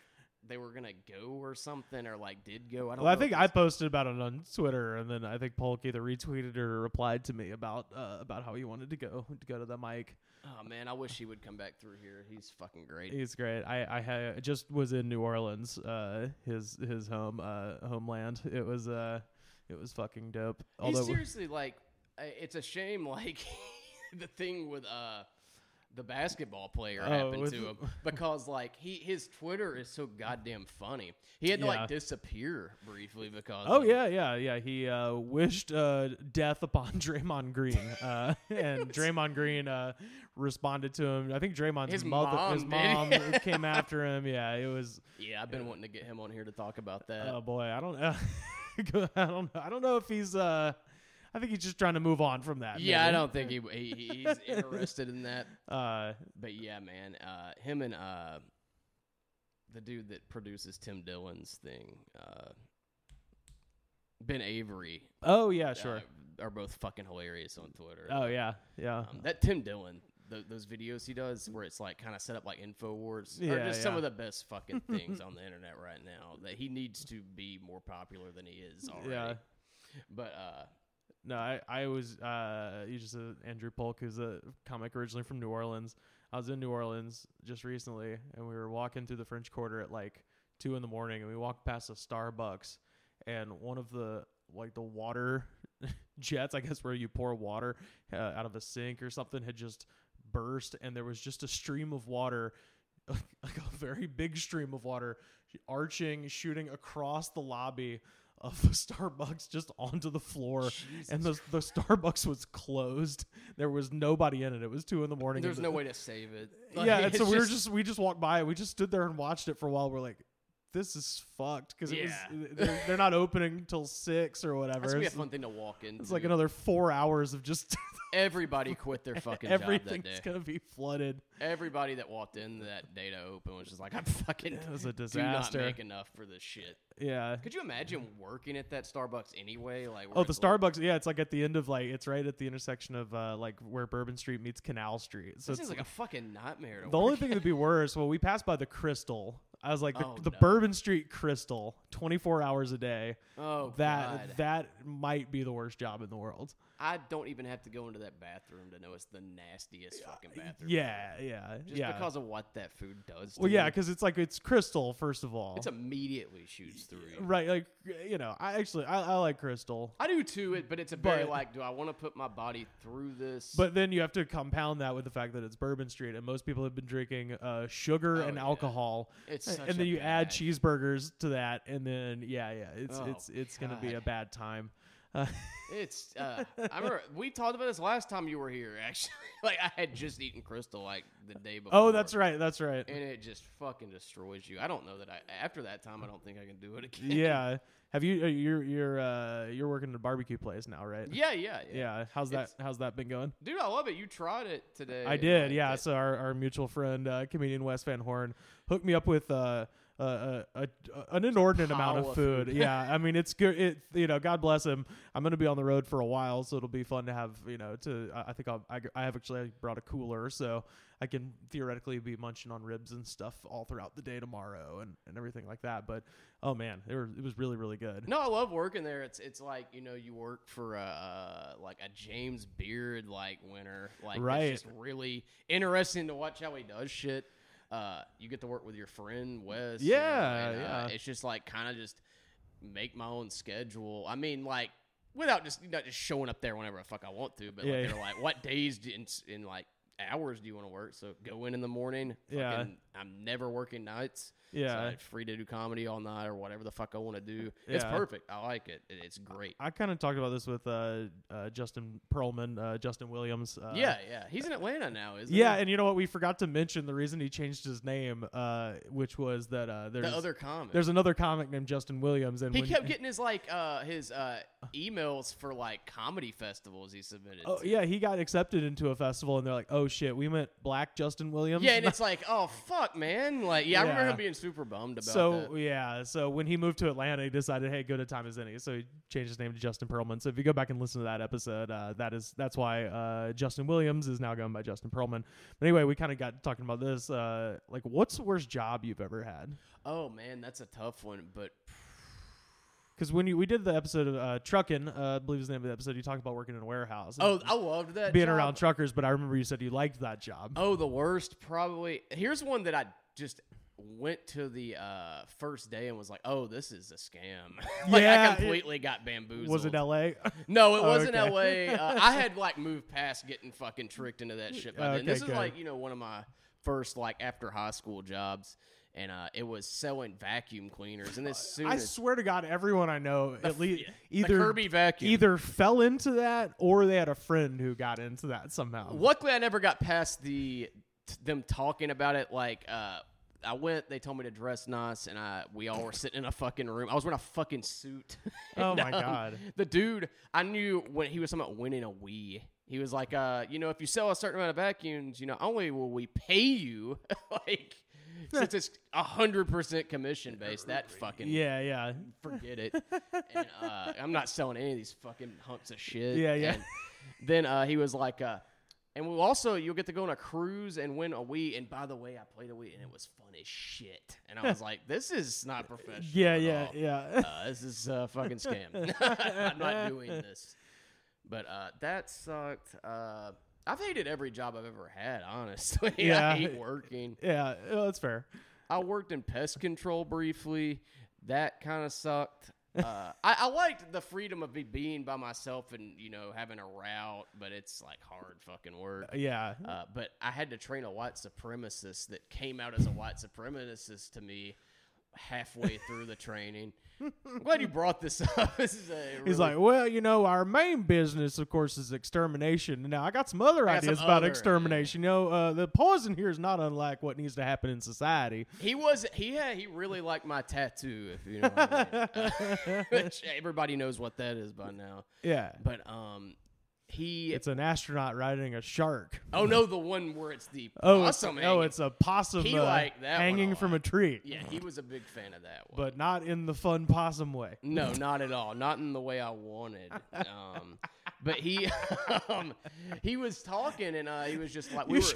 Speaker 5: they were gonna go or something or like did go. I don't.
Speaker 6: Well, I
Speaker 5: know if
Speaker 6: think
Speaker 5: it
Speaker 6: I
Speaker 5: was-
Speaker 6: posted about it on Twitter, and then I think Polk either retweeted or replied to me about uh, about how he wanted to go to go to the mic.
Speaker 5: Oh man, I wish he would come back through here. He's fucking great.
Speaker 6: He's great. I I ha- just was in New Orleans, uh, his his home uh, homeland. It was uh it was fucking dope.
Speaker 5: He's
Speaker 6: Although
Speaker 5: seriously like, I- it's a shame (laughs) like the thing with uh the basketball player
Speaker 6: Oh,
Speaker 5: happened
Speaker 6: with- (laughs)
Speaker 5: to him because like he his Twitter is so goddamn funny. He had to
Speaker 6: Yeah.
Speaker 5: like disappear briefly because
Speaker 6: Oh
Speaker 5: of it.
Speaker 6: yeah, yeah, yeah. He uh, wished uh, death upon (laughs) Draymond Green,
Speaker 5: (laughs)
Speaker 6: uh, and Draymond Green uh, responded to him. I think Draymond's
Speaker 5: His
Speaker 6: mother,
Speaker 5: mom
Speaker 6: his
Speaker 5: did.
Speaker 6: mom, (laughs) came after him. Yeah, it
Speaker 5: (laughs)
Speaker 6: was.
Speaker 5: yeah. I've been wanting to get him on here to talk about that.
Speaker 6: Oh boy, I don't, (laughs) uh, I don't, know. I don't know if he's. Uh, I think he's just trying to move on from that.
Speaker 5: yeah, I
Speaker 6: maybe.
Speaker 5: don't think he, he he's interested in that.
Speaker 6: Uh,
Speaker 5: But yeah, man, uh, him and uh, the dude that produces Tim Dillon's thing, uh, Ben Avery,
Speaker 6: Oh yeah, sure.
Speaker 5: uh, are both fucking hilarious on Twitter.
Speaker 6: oh yeah, yeah.
Speaker 5: Um, that Tim Dillon, tho- those videos he does where it's like kind of set up like Infowars are
Speaker 6: Yeah,
Speaker 5: just some
Speaker 6: yeah.
Speaker 5: of the best fucking
Speaker 6: (laughs)
Speaker 5: things on the internet right now. That he needs to be more popular than he is already.
Speaker 6: Yeah.
Speaker 5: But uh,
Speaker 6: No, I, I was uh you just uh, Andrew Polk, who's a comic originally from New Orleans. I was in New Orleans just recently, and we were walking through the French Quarter at like two in the morning, and we walked past a Starbucks, and one of the like the water (laughs) jets, I guess, where you pour water uh, out of a sink or something, had just burst, and there was just a stream of water. (laughs) Like, like a very big stream of water arching, shooting across the lobby of (laughs) the Starbucks just onto the floor (laughs) and the, the Starbucks was closed. There was nobody in it. It was two in the morning. and
Speaker 5: there's
Speaker 6: the-
Speaker 5: no way to save
Speaker 6: (laughs)
Speaker 5: it.
Speaker 6: yeah,
Speaker 5: Like, (laughs)
Speaker 6: and so we were just we just walked by. and We just stood there and watched it for a while. We're like, this is fucked because
Speaker 5: Yeah.
Speaker 6: was they're, they're not opening till six or whatever.
Speaker 5: That's gonna be a
Speaker 6: It's-
Speaker 5: fun thing to walk into.
Speaker 6: it's like another four hours of just (laughs)
Speaker 5: Everybody quit their fucking job that day.
Speaker 6: everything's gonna (laughs) be flooded.
Speaker 5: Everybody that walked in that data open was just like, I'm fucking.
Speaker 6: It was a
Speaker 5: Do not
Speaker 6: disaster.
Speaker 5: make enough for this shit.
Speaker 6: yeah.
Speaker 5: Could you imagine working at that Starbucks anyway? Like, where
Speaker 6: Oh, the
Speaker 5: it's like-
Speaker 6: Starbucks. Yeah, it's like at the end of like it's right at the intersection of uh like where Bourbon Street meets Canal Street. So
Speaker 5: That
Speaker 6: it's
Speaker 5: seems like a fucking nightmare. To
Speaker 6: The only
Speaker 5: work
Speaker 6: thing that'd be worse, well, we passed by the Crystal. I was like the,
Speaker 5: Oh,
Speaker 6: the
Speaker 5: no.
Speaker 6: Bourbon Street Crystal, twenty four hours a day.
Speaker 5: Oh,
Speaker 6: that
Speaker 5: God.
Speaker 6: that might be the worst job in the world.
Speaker 5: I don't even have to go into that bathroom to know it's the nastiest fucking bathroom.
Speaker 6: Yeah, yeah,
Speaker 5: Just
Speaker 6: yeah.
Speaker 5: because of what that food does. To
Speaker 6: well, yeah,
Speaker 5: you.
Speaker 6: because it's like it's Crystal first of all,
Speaker 5: it's immediately shoots through. you.
Speaker 6: right? Like you know, I actually I, I like Crystal,
Speaker 5: I do too, it, but it's a very
Speaker 6: But-
Speaker 5: like, do I want to put my body through this?
Speaker 6: but then you have to compound that with the fact that it's Bourbon Street, and most people have been drinking uh, sugar
Speaker 5: Oh,
Speaker 6: and
Speaker 5: yeah.
Speaker 6: alcohol,
Speaker 5: It's
Speaker 6: a-
Speaker 5: such
Speaker 6: and then
Speaker 5: a
Speaker 6: you add
Speaker 5: bad-
Speaker 6: cheeseburgers to that, and then yeah, yeah, it's
Speaker 5: Oh,
Speaker 6: it's it's gonna be
Speaker 5: God.
Speaker 6: a bad time. Uh,
Speaker 5: it's.
Speaker 6: (laughs)
Speaker 5: Uh, I remember we talked about this last time you were here. (laughs) Actually, like I had just eaten crystal like the day before.
Speaker 6: oh, that's right, that's right.
Speaker 5: And it just fucking destroys you. I don't know that I. After that time, I don't think I can do it
Speaker 6: (laughs)
Speaker 5: again. (laughs)
Speaker 6: yeah. Have you uh, you're you're uh, you're working at a barbecue place now, right?
Speaker 5: Yeah, yeah, yeah.
Speaker 6: Yeah. How's that
Speaker 5: It's-
Speaker 6: how's that been going?
Speaker 5: Dude, I love it. You tried it today.
Speaker 6: I did,
Speaker 5: Like, uh,
Speaker 6: yeah.
Speaker 5: it-
Speaker 6: So our, our mutual friend, uh, comedian Wes Van Horn, hooked me up with uh, a, a, a, an inordinate amount
Speaker 5: pile
Speaker 6: of
Speaker 5: of
Speaker 6: food.
Speaker 5: food.
Speaker 6: yeah, I mean it's good. It you know, God bless him. I'm gonna be on the road for a while, so it'll be fun to have you know. To I, I think I'll, I I have actually brought a cooler, so I can theoretically be munching on ribs and stuff all throughout the day tomorrow and, and everything like that. But oh man, it, were, it was really really good.
Speaker 5: No, I love working there. It's it's like you know you work for a uh, like a James Beard like winner. Like
Speaker 6: Right.
Speaker 5: it's just really interesting to watch how he does shit. Uh, you get to work with your friend Wes. you know,
Speaker 6: Yeah,
Speaker 5: and, uh,
Speaker 6: yeah.
Speaker 5: It's just like kind of just make my own schedule. I mean, like without just not just showing up there whenever the fuck I want to. But
Speaker 6: Yeah,
Speaker 5: like,
Speaker 6: yeah.
Speaker 5: they're like, what days do, in, in like hours do you want to work? So go in in the morning.
Speaker 6: Yeah.
Speaker 5: Fucking- I'm never working nights.
Speaker 6: Yeah.
Speaker 5: So I'm free to do comedy all night or whatever the fuck I want to do. It's
Speaker 6: Yeah.
Speaker 5: perfect. I like it. It- It's great.
Speaker 6: I kind of talked about this with uh, uh, Justin Perlman, uh, Justin Williams. Uh,
Speaker 5: yeah, yeah. He's in Atlanta now, isn't
Speaker 6: Yeah,
Speaker 5: he?
Speaker 6: and you know what? We forgot to mention the reason he changed his name, uh, which was that uh, there's
Speaker 5: the other comic.
Speaker 6: there's another comic named Justin Williams, and
Speaker 5: he
Speaker 6: when,
Speaker 5: kept getting his like uh his uh emails for like comedy festivals he submitted.
Speaker 6: Oh
Speaker 5: to.
Speaker 6: yeah, he got accepted into a festival, and they're like, "Oh shit, we meant Black Justin Williams."
Speaker 5: (laughs) Yeah,
Speaker 6: (laughs)
Speaker 5: and it's like, oh fuck, man. Like, yeah, I remember
Speaker 6: Yeah.
Speaker 5: him being super bummed about
Speaker 6: so
Speaker 5: that.
Speaker 6: yeah, so when he moved to Atlanta, he decided, "Hey, good a time as any." So he changed his name to Justin Perlman. So if you go back and listen to that episode, uh, that is that's why uh, Justin Williams is now going by Justin Perlman. But anyway, we kind of got talking about this. Uh, like, what's the worst job you've ever had?
Speaker 5: Oh man, that's a tough one, but
Speaker 6: Because when you, we did the episode of uh, Truckin', uh, I believe is the name of the episode, you talked about working in a warehouse. and
Speaker 5: oh, I loved that
Speaker 6: being
Speaker 5: job.
Speaker 6: around truckers, but I remember you said you liked that job.
Speaker 5: Oh, the worst probably. Here's one that I just went to the uh, first day and was like, "Oh, this is a scam." (laughs) like
Speaker 6: Yeah,
Speaker 5: I
Speaker 6: it-
Speaker 5: completely got bamboozled.
Speaker 6: was it
Speaker 5: (laughs)
Speaker 6: L.A.?
Speaker 5: No, it
Speaker 6: Oh,
Speaker 5: wasn't
Speaker 6: okay. (laughs)
Speaker 5: L.A. Uh, I had like moved past getting fucking tricked into that shit by
Speaker 6: Okay,
Speaker 5: then. This is
Speaker 6: good.
Speaker 5: like you know one of my first like after high school jobs, and uh, it was selling vacuum cleaners. And as soon
Speaker 6: I
Speaker 5: as
Speaker 6: swear to God, everyone I know at least either
Speaker 5: Kirby vacuum.
Speaker 6: either fell into that or they had a friend who got into that somehow.
Speaker 5: Luckily, I never got past the t- them talking about it. Like, uh, I went. They told me to dress nice, and I we all were sitting in a fucking room. I was wearing a fucking suit. (laughs)
Speaker 6: Oh
Speaker 5: And,
Speaker 6: my
Speaker 5: um,
Speaker 6: God.
Speaker 5: The dude I knew when he was talking about winning a Wii. He was (laughs) like, uh, you know, if you sell a certain amount of vacuums, you know, only will we pay you. like, Since it's hundred percent commission based, that fucking
Speaker 6: Yeah, yeah.
Speaker 5: forget it. and
Speaker 6: (laughs)
Speaker 5: uh, I'm not selling any of these fucking hunks of shit.
Speaker 6: Yeah, yeah.
Speaker 5: And then uh, he was like, uh, and we'll also you'll get to go on a cruise and win a Wii. And by the way, I played a Wii and it was fun as shit. And
Speaker 6: (laughs)
Speaker 5: I was like, this is not professional.
Speaker 6: Yeah,
Speaker 5: at
Speaker 6: yeah,
Speaker 5: all.
Speaker 6: yeah. (laughs)
Speaker 5: Uh, this is uh, fucking scam. (laughs) I'm not doing this. But uh, that sucked. Uh, I've hated every job I've ever had. Honestly, (laughs)
Speaker 6: Yeah.
Speaker 5: I hate working.
Speaker 6: yeah, well, that's fair.
Speaker 5: I worked in pest control briefly. That kind of sucked. Uh, I, I liked the freedom of me being by myself and you know having a route, but it's like hard fucking work.
Speaker 6: Yeah.
Speaker 5: Uh, but I had to train a white supremacist that came out as a white supremacist to me halfway through the training. I'm glad you brought this up. (laughs) this is a
Speaker 6: He's
Speaker 5: really-
Speaker 6: like, well, you know, our main business, of course, is extermination. Now, I got some other
Speaker 5: I got some
Speaker 6: ideas about
Speaker 5: other-
Speaker 6: extermination. You know, uh, the poison here is not unlike what needs to happen in society.
Speaker 5: He was he had he really liked my tattoo, if you know what I mean.
Speaker 6: (laughs)
Speaker 5: (laughs) Uh, which everybody knows what that is by now.
Speaker 6: Yeah.
Speaker 5: But um he
Speaker 6: It's an astronaut riding a shark.
Speaker 5: Oh no, the one where it's the
Speaker 6: Oh,
Speaker 5: possum.
Speaker 6: it's, oh,
Speaker 5: hanging.
Speaker 6: it's a possum
Speaker 5: He
Speaker 6: uh,
Speaker 5: liked that one a
Speaker 6: hanging
Speaker 5: lot.
Speaker 6: from a tree.
Speaker 5: yeah. He was a big fan of that one.
Speaker 6: But not in the fun possum way.
Speaker 5: no, not at all. Not in the way I wanted. Um, but he (laughs) um, he was talking and uh, he was just like we
Speaker 6: You
Speaker 5: were.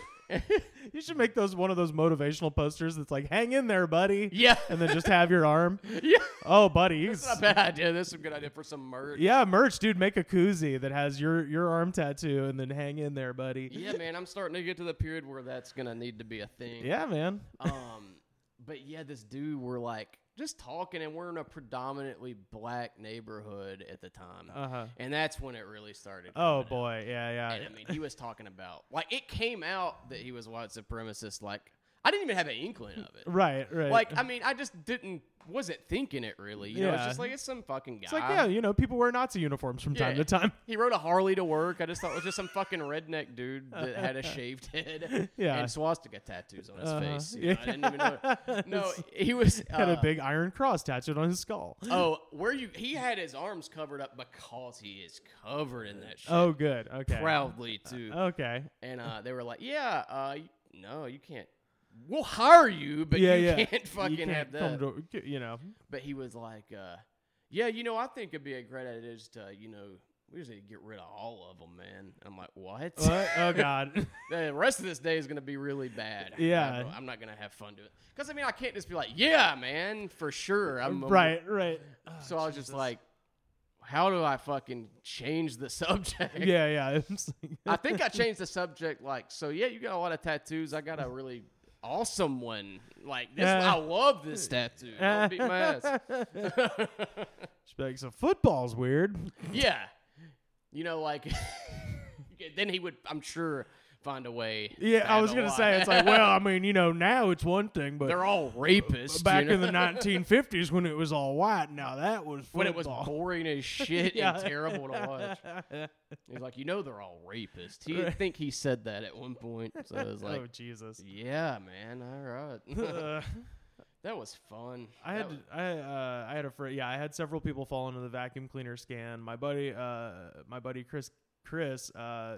Speaker 6: You should make those one of those motivational posters that's like, hang in there, buddy.
Speaker 5: (laughs) yeah,
Speaker 6: (laughs) And then just have your arm.
Speaker 5: yeah.
Speaker 6: Oh, buddy. He's,
Speaker 5: (laughs) That's not a bad idea. That's a good idea for some merch.
Speaker 6: yeah, merch, dude. Make a koozie that has your, your arm tattoo and then hang in there, buddy.
Speaker 5: Yeah, man. I'm starting to get to the period where that's gonna need to be a thing.
Speaker 6: Yeah, man.
Speaker 5: Um, but yeah, this dude, we're like just talking, and we're in a predominantly black neighborhood at the time,
Speaker 6: Uh-huh.
Speaker 5: and that's when it really started.
Speaker 6: Oh
Speaker 5: coming out.
Speaker 6: boy, yeah,
Speaker 5: And
Speaker 6: yeah.
Speaker 5: I mean, he was talking about like it came out that he was a white supremacist. Like I didn't even have an inkling of it.
Speaker 6: Right, right.
Speaker 5: Like I mean, I just didn't wasn't thinking it really. You know, it's
Speaker 6: Yeah.
Speaker 5: just like it's some fucking guy.
Speaker 6: it's like yeah, you know, people wear Nazi uniforms from time
Speaker 5: Yeah.
Speaker 6: to time. (laughs)
Speaker 5: He rode a Harley to work. I just thought it was just some fucking redneck dude that had
Speaker 6: (laughs)
Speaker 5: a shaved head
Speaker 6: Yeah.
Speaker 5: and swastika tattoos on his
Speaker 6: Uh-huh.
Speaker 5: face. you
Speaker 6: Yeah.
Speaker 5: know, I didn't even
Speaker 6: (laughs)
Speaker 5: know. No, he was uh,
Speaker 6: Had a big iron cross tattooed on his
Speaker 5: (laughs)
Speaker 6: skull.
Speaker 5: Oh, where you? He had his arms covered up because he is covered in that shit.
Speaker 6: Oh, good. Okay. Oh,
Speaker 5: proudly too.
Speaker 6: Okay.
Speaker 5: and uh, they were like, "Yeah, uh, y- no, you can't. We'll hire you, but
Speaker 6: yeah,
Speaker 5: you
Speaker 6: yeah.
Speaker 5: can't fucking
Speaker 6: you can't
Speaker 5: have
Speaker 6: come
Speaker 5: that."
Speaker 6: to- you
Speaker 5: (laughs)
Speaker 6: know.
Speaker 5: but he was like, uh, "Yeah, you know, I think it'd be a great idea just to, you know, we just need to get rid of all of them, man." I'm like, "What?
Speaker 6: What? Oh God.
Speaker 5: (laughs) the rest of this day is gonna be really bad. I
Speaker 6: Yeah.
Speaker 5: don't- I'm not gonna have fun doing it because I mean, I can't just be like, "Yeah, man, for sure." I'm
Speaker 6: (laughs)
Speaker 5: a-
Speaker 6: right. Right.
Speaker 5: (sighs) So I was just like, "How do I fucking change the (laughs) subject?"
Speaker 6: Yeah. (laughs) Yeah. It's
Speaker 5: (laughs)
Speaker 6: like-
Speaker 5: I think I changed the subject. Like, so yeah, you got a lot of tattoos. I got a really awesome one. Like, this,
Speaker 6: Yeah.
Speaker 5: I love this
Speaker 6: (laughs)
Speaker 5: tattoo. Don't beat my ass.
Speaker 6: She's like, so football's weird.
Speaker 5: (laughs) (laughs) Yeah, you know, like (laughs) then he would. I'm sure find a way.
Speaker 6: Yeah, I
Speaker 5: have
Speaker 6: was
Speaker 5: a
Speaker 6: gonna
Speaker 5: lot.
Speaker 6: say it's like, well,
Speaker 5: (laughs)
Speaker 6: I mean, you know, now it's one thing, but
Speaker 5: they're all rapists.
Speaker 6: back
Speaker 5: you know?
Speaker 6: in the 1950s when it was all white, now that was football.
Speaker 5: (laughs) when it was
Speaker 6: (laughs)
Speaker 5: boring as shit
Speaker 6: Yeah.
Speaker 5: and terrible to
Speaker 6: (laughs)
Speaker 5: watch. He's like, you know, they're all rapists. He I think he said that at one point. So I was
Speaker 6: (laughs)
Speaker 5: like,
Speaker 6: oh
Speaker 5: (laughs)
Speaker 6: Jesus.
Speaker 5: yeah, man, all
Speaker 6: Uh,
Speaker 5: right. (laughs) that was fun.
Speaker 6: I
Speaker 5: That
Speaker 6: had
Speaker 5: was-
Speaker 6: I uh, I had a friend. Yeah, I had several people fall into the vacuum cleaner scan. My buddy, uh, my buddy Chris, Chris, uh,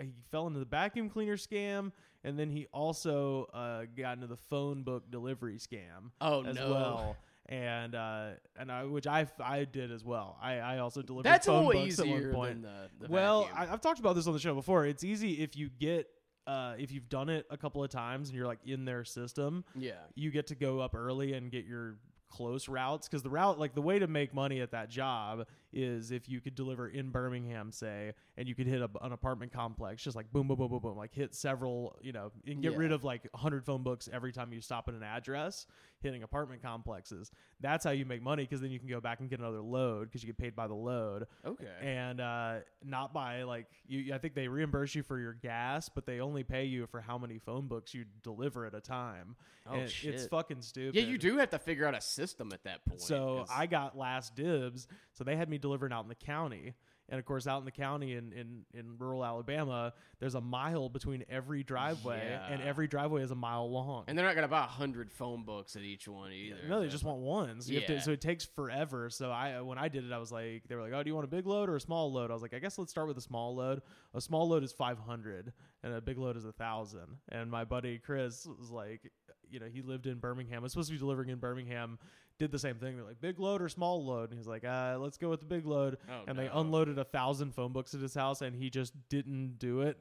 Speaker 6: he fell into the vacuum cleaner scam, and then he also uh, got into the phone book delivery scam.
Speaker 5: Oh,
Speaker 6: as
Speaker 5: no.
Speaker 6: well. And uh, and I, which I, I did as well. I, I also delivered
Speaker 5: That's a
Speaker 6: phone
Speaker 5: little
Speaker 6: books at one
Speaker 5: easier
Speaker 6: point.
Speaker 5: than the, the
Speaker 6: well,
Speaker 5: vacuum.
Speaker 6: I, I've talked about this on the show before. It's easy if you get uh, if you've done it a couple of times and you're like in their system
Speaker 5: yeah,
Speaker 6: you get to go up early and get your close routes because the route like the way to make money at that job is if you could deliver in Birmingham say and you could hit a, an apartment complex just like boom boom boom boom boom like hit several you know and get
Speaker 5: Yeah.
Speaker 6: rid of like 100 phone books every time you stop at an address hitting apartment complexes that's how you make money because then you can go back and get another load because you get paid by the load
Speaker 5: okay.
Speaker 6: and uh, not by like you. I think they reimburse you for your gas, but they only pay you for how many phone books you deliver at a time.
Speaker 5: Oh,
Speaker 6: and It's
Speaker 5: shit.
Speaker 6: fucking stupid.
Speaker 5: yeah, you do have to figure out a system at that point.
Speaker 6: So
Speaker 5: 'cause-
Speaker 6: I got last dibs. So they had me delivering out in the county. And of course, out in the county in, in, in rural Alabama, there's a mile between every driveway, and
Speaker 5: Yeah.
Speaker 6: every driveway is a mile long.
Speaker 5: and they're not gonna buy a hundred phone books at each one either.
Speaker 6: No, they
Speaker 5: so-
Speaker 6: just want one. So, you have
Speaker 5: Yeah.
Speaker 6: to, so it takes forever. So I uh, when I did it, I was like, they were like, oh, do you want a big load or a small load? I was like, I guess let's start with a small load. A small load is 500. and a big load is a thousand. And my buddy Chris was like, you know, he lived in Birmingham. Was supposed to be delivering in Birmingham. Did the same thing. They're like big load or small load, and he's like, uh, let's go with the big load.
Speaker 5: Oh,
Speaker 6: and they
Speaker 5: no. (laughs)
Speaker 6: unloaded a thousand phone books at his house, and he just didn't do it.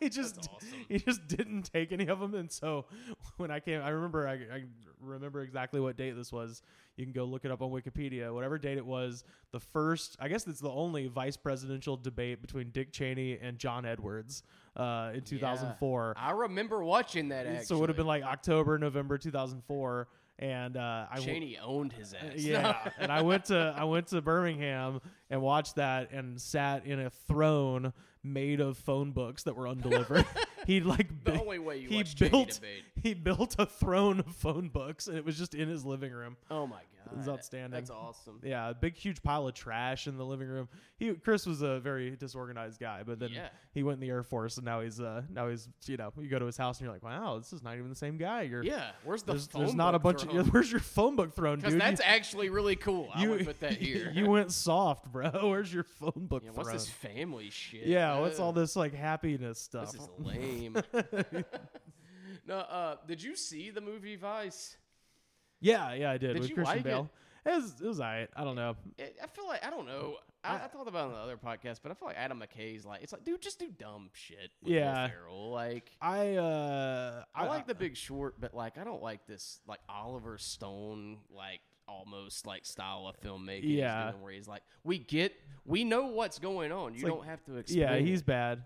Speaker 6: he just he just didn't take any of them. And so when I came, I remember I, I remember exactly what date this was. You can go look it up on Wikipedia. Whatever date it was, the first I guess it's the only vice presidential debate between Dick Cheney and John Edwards uh, in 2004.
Speaker 5: I remember watching that. Actually,
Speaker 6: So it would have been like October, November 2004. And uh, I w- Uh,
Speaker 5: Cheney owned his (laughs) ass.
Speaker 6: yeah, and I went to I went to Birmingham and watched that and sat in a throne made of phone books that were
Speaker 5: (laughs)
Speaker 6: undelivered. he like bu-
Speaker 5: only way you
Speaker 6: he
Speaker 5: watch Jamie
Speaker 6: built
Speaker 5: debate.
Speaker 6: he built a throne of phone books and it was just in his living room.
Speaker 5: oh my
Speaker 6: It
Speaker 5: god,
Speaker 6: was outstanding.
Speaker 5: That's awesome.
Speaker 6: Yeah, a big huge pile of trash in the living room. He Chris was a very disorganized guy, but then
Speaker 5: Yeah.
Speaker 6: he went in the Air Force and now he's uh now he's you know you go to his house and you're like wow this is not even the same guy. You're
Speaker 5: Yeah, where's the
Speaker 6: There's,
Speaker 5: phone
Speaker 6: there's not a bunch of (laughs)
Speaker 5: (laughs)
Speaker 6: where's your phone book thrown, dude?
Speaker 5: because
Speaker 6: You-
Speaker 5: that's actually really cool. I would
Speaker 6: (laughs)
Speaker 5: put that here.
Speaker 6: you went soft, bro. (laughs) Where's your phone book
Speaker 5: Yeah,
Speaker 6: thrown?
Speaker 5: what's this family shit?
Speaker 6: yeah, what's all
Speaker 5: Ugh.
Speaker 6: this like happiness stuff? (laughs)
Speaker 5: This is lame. no, uh, did you see the movie Vice?
Speaker 6: yeah, yeah, I did.
Speaker 5: Did
Speaker 6: with
Speaker 5: you
Speaker 6: Christian
Speaker 5: like it?
Speaker 6: Bale. It? was, it was alright. I don't know.
Speaker 5: It, I feel like I don't know. I, I thought about it on the other podcast, but I feel like Adam McKay's like it's like, dude, just do dumb shit. With Will
Speaker 6: Yeah.
Speaker 5: Ferrell. like
Speaker 6: I uh,
Speaker 5: I like The Big Short, but like I don't like this like Oliver Stone like almost like style of filmmaking. he's
Speaker 6: Yeah.
Speaker 5: doing, where he's like, we get, we know what's going on. You
Speaker 6: like-
Speaker 5: don't have to explain.
Speaker 6: Yeah,
Speaker 5: it."
Speaker 6: he's bad.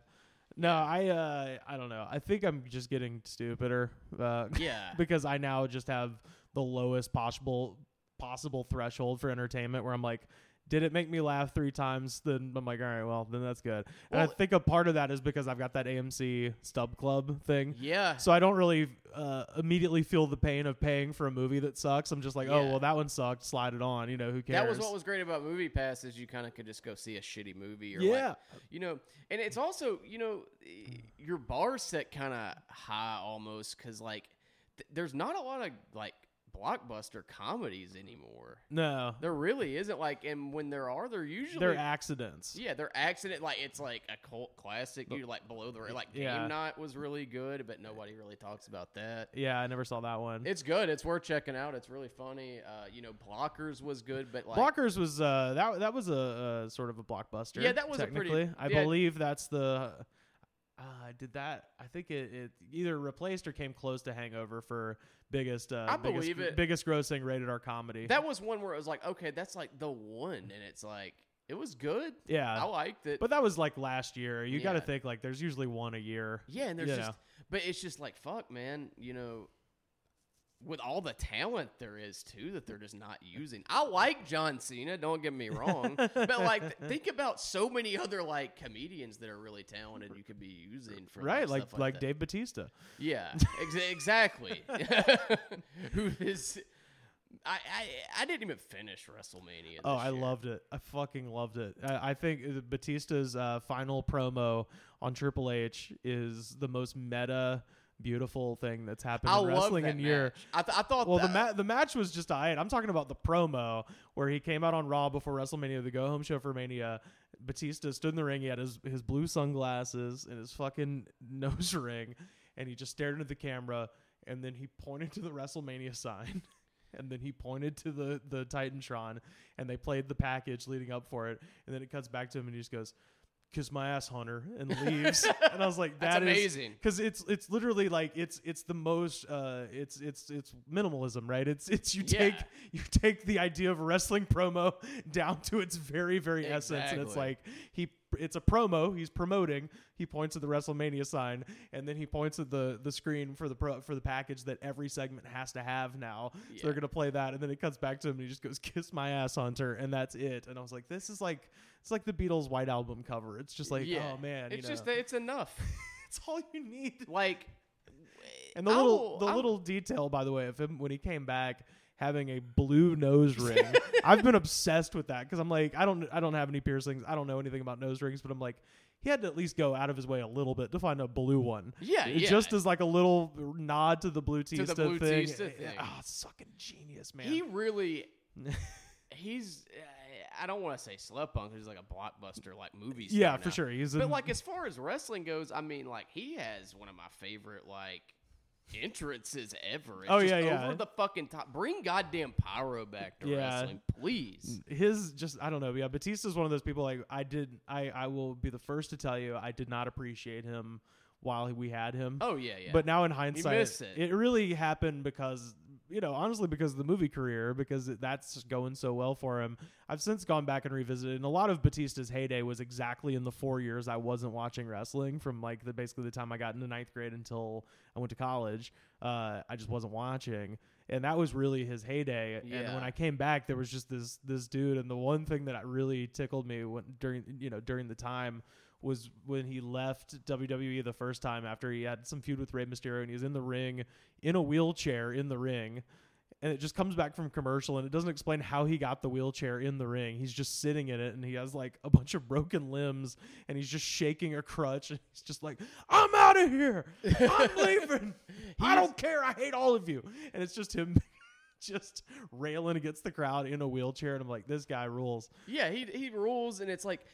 Speaker 6: No, I uh, I don't know. I think I'm just getting stupider. Uh, (laughs)
Speaker 5: (laughs) Yeah.
Speaker 6: because I now just have the lowest possible possible threshold for entertainment, where I'm like, did it make me laugh three times? Then I'm like, all right, well, then that's good. and I
Speaker 5: Well-
Speaker 6: think a part of that is because I've got that AMC Stub Club thing.
Speaker 5: Yeah.
Speaker 6: So I don't really uh, immediately feel the pain of paying for a movie that sucks. I'm just like, oh
Speaker 5: Yeah.
Speaker 6: well, that one sucked. Slide it on. You know who cares?
Speaker 5: That was what was great about Movie Pass is you kind of could just go see a shitty movie or
Speaker 6: Yeah.
Speaker 5: like, you know, and it's also you know eh, your bar set kind of high almost because like th- there's not a lot of like blockbuster comedies anymore.
Speaker 6: no.
Speaker 5: There really isn't like, and when there are, they're usually
Speaker 6: They're accidents.
Speaker 5: yeah, they're accident like it's like a cult classic. You like below the ra- like Game
Speaker 6: Yeah.
Speaker 5: Night was really good, but nobody really talks about that.
Speaker 6: Yeah, I never saw that one.
Speaker 5: It's good. It's worth checking out. It's really funny. Uh, you know, Blockers was good, but like
Speaker 6: Blockers was uh, that that was a, a sort of a blockbuster.
Speaker 5: Yeah, that was a pretty-
Speaker 6: technically. I
Speaker 5: yeah.
Speaker 6: believe that's the. Uh, did that? I think it, it either replaced or came close to Hangover for biggest. Uh,
Speaker 5: I
Speaker 6: biggest,
Speaker 5: believe it.
Speaker 6: Biggest grossing rated R comedy.
Speaker 5: That was one where it was like, okay, that's like the one, and it's like it was good.
Speaker 6: yeah,
Speaker 5: I liked it.
Speaker 6: but that was like last year. You got to
Speaker 5: Yeah.
Speaker 6: think like there's usually one a year.
Speaker 5: yeah, and there's
Speaker 6: you
Speaker 5: just,
Speaker 6: know.
Speaker 5: but it's just like fuck, man. You know, with all the talent there is too that they're just not using. I like John Cena. Don't get me wrong, but like th-
Speaker 6: (laughs)
Speaker 5: think about so many other like comedians that are really talented you could be using for
Speaker 6: right, like
Speaker 5: stuff
Speaker 6: like,
Speaker 5: like, that.
Speaker 6: Dave Batista.
Speaker 5: Yeah, ex-
Speaker 6: (laughs)
Speaker 5: exactly. (laughs) Who is? I, I I didn't even finish WrestleMania.
Speaker 6: Oh,
Speaker 5: this
Speaker 6: I
Speaker 5: year.
Speaker 6: loved it. I fucking loved it. I, I think uh, Batista's uh, final promo on Triple H is the most meta, beautiful thing that's happened
Speaker 5: I
Speaker 6: in
Speaker 5: love
Speaker 6: wrestling
Speaker 5: that
Speaker 6: in year.
Speaker 5: match. I, th- I thought
Speaker 6: Well,
Speaker 5: that,
Speaker 6: the ma- the match was just I. I'm talking about the promo where he came out on Raw before WrestleMania, the go home show for Mania. Batista stood in the ring. He had his his blue sunglasses and his fucking (laughs) nose ring, and he just stared into the camera. And then he pointed to the WrestleMania sign, (laughs) and then he pointed to the the Titantron, and they played the package leading up for it. And then it cuts back to him, and he just goes. Kiss my ass, Hunter,
Speaker 5: (laughs)
Speaker 6: and leaves. and I was like,
Speaker 5: That's
Speaker 6: that is-
Speaker 5: amazing.
Speaker 6: because it's it's literally like it's it's the most uh it's it's it's minimalism right it's it's you take
Speaker 5: Yeah.
Speaker 6: you take the idea of a wrestling promo down to its very very essence and it's
Speaker 5: Exactly.
Speaker 6: like he it's a promo he's promoting he points at the WrestleMania sign and then he points at the the screen for the pro for the package that every segment has to have now so they're
Speaker 5: Yeah.
Speaker 6: gonna play that and then it cuts back to him and he just goes kiss my ass Hunter and that's it and I was like this is like it's like the Beatles white album cover it's just like
Speaker 5: Yeah.
Speaker 6: oh man
Speaker 5: it's
Speaker 6: you know,
Speaker 5: just that it's enough.
Speaker 6: (laughs) it's all you need
Speaker 5: like,
Speaker 6: and the
Speaker 5: I
Speaker 6: little
Speaker 5: will-
Speaker 6: the
Speaker 5: I will- (laughs)
Speaker 6: little detail, by the way, of him when he came back having a blue
Speaker 5: (laughs)
Speaker 6: nose ring. I've been obsessed with that because I'm like, I don't I don't have any piercings. I don't know anything about nose rings, but I'm like, he had to at least go out of his way a little bit to find a blue one.
Speaker 5: Yeah,
Speaker 6: It
Speaker 5: yeah.
Speaker 6: just as like a little nod to the blue
Speaker 5: the
Speaker 6: Tista
Speaker 5: Blue
Speaker 6: thing.
Speaker 5: Tista thing.
Speaker 6: (laughs) Ah, it's fucking genius, man.
Speaker 5: he really. he's I don't want to say slowpunk. He's like a blockbuster like movie.
Speaker 6: Yeah,
Speaker 5: star
Speaker 6: for
Speaker 5: now.
Speaker 6: sure. He's
Speaker 5: but
Speaker 6: in-
Speaker 5: like as far as wrestling goes, I mean, like he has one of my favorite like entrances ever. It's
Speaker 6: Oh,
Speaker 5: just
Speaker 6: yeah, yeah.
Speaker 5: over the fucking top. Bring goddamn Pyro back to
Speaker 6: Yeah. Mm.
Speaker 5: wrestling, please.
Speaker 6: his just I don't know. Yeah, Batista's one of those people like I did I I will be the first to tell you I did not appreciate him while we had him.
Speaker 5: Oh yeah, yeah.
Speaker 6: But now in hindsight,
Speaker 5: missed it.
Speaker 6: really happened because you know honestly because of the movie career because it- that's just going so well for him. I've since gone back and revisited, and a lot of Batista's heyday was exactly in the four years I wasn't watching wrestling from like the basically the time I got into ninth grade until I went to college. Uh, I just wasn't watching. And that was really his heyday. And
Speaker 5: Yeah.
Speaker 6: when I came back, there was just this this dude. And the one thing that really tickled me when, during you know during the time was when he left WWE the first time after he had some feud with Rey Mysterio, and he was in the ring in a wheelchair in the ring. And it just comes back from commercial, and it doesn't explain how he got the wheelchair in the ring. He's just sitting in it, and he has like a bunch of broken limbs, and he's just shaking a crutch, and he's just like, "I'm out of here,
Speaker 5: (laughs)
Speaker 6: I'm leaving, I don't care, I hate all of you." And it's just him, (laughs) just railing against the crowd in a wheelchair, and I'm like, "This guy rules."
Speaker 5: yeah, he he rules, and it's like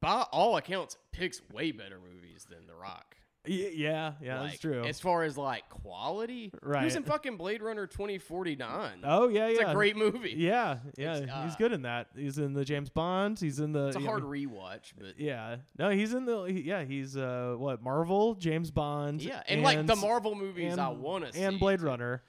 Speaker 5: by all accounts picks way better movies than The Rock.
Speaker 6: Y- yeah, yeah,
Speaker 5: like,
Speaker 6: that's true.
Speaker 5: As far as like quality, He
Speaker 6: Right.
Speaker 5: was in fucking Blade Runner twenty forty nine.
Speaker 6: Oh yeah,
Speaker 5: it's
Speaker 6: yeah.
Speaker 5: a great movie.
Speaker 6: Yeah, yeah. he's
Speaker 5: uh,
Speaker 6: good in that. He's in the James Bond. He's in the.
Speaker 5: It's a
Speaker 6: yeah,
Speaker 5: hard rewatch, but
Speaker 6: yeah. No, he's in the. he- Yeah, he's uh what Marvel, James Bond.
Speaker 5: yeah, and, like the
Speaker 6: s-
Speaker 5: Marvel movies, I
Speaker 6: and-
Speaker 5: want to see.
Speaker 6: And Blade Runner.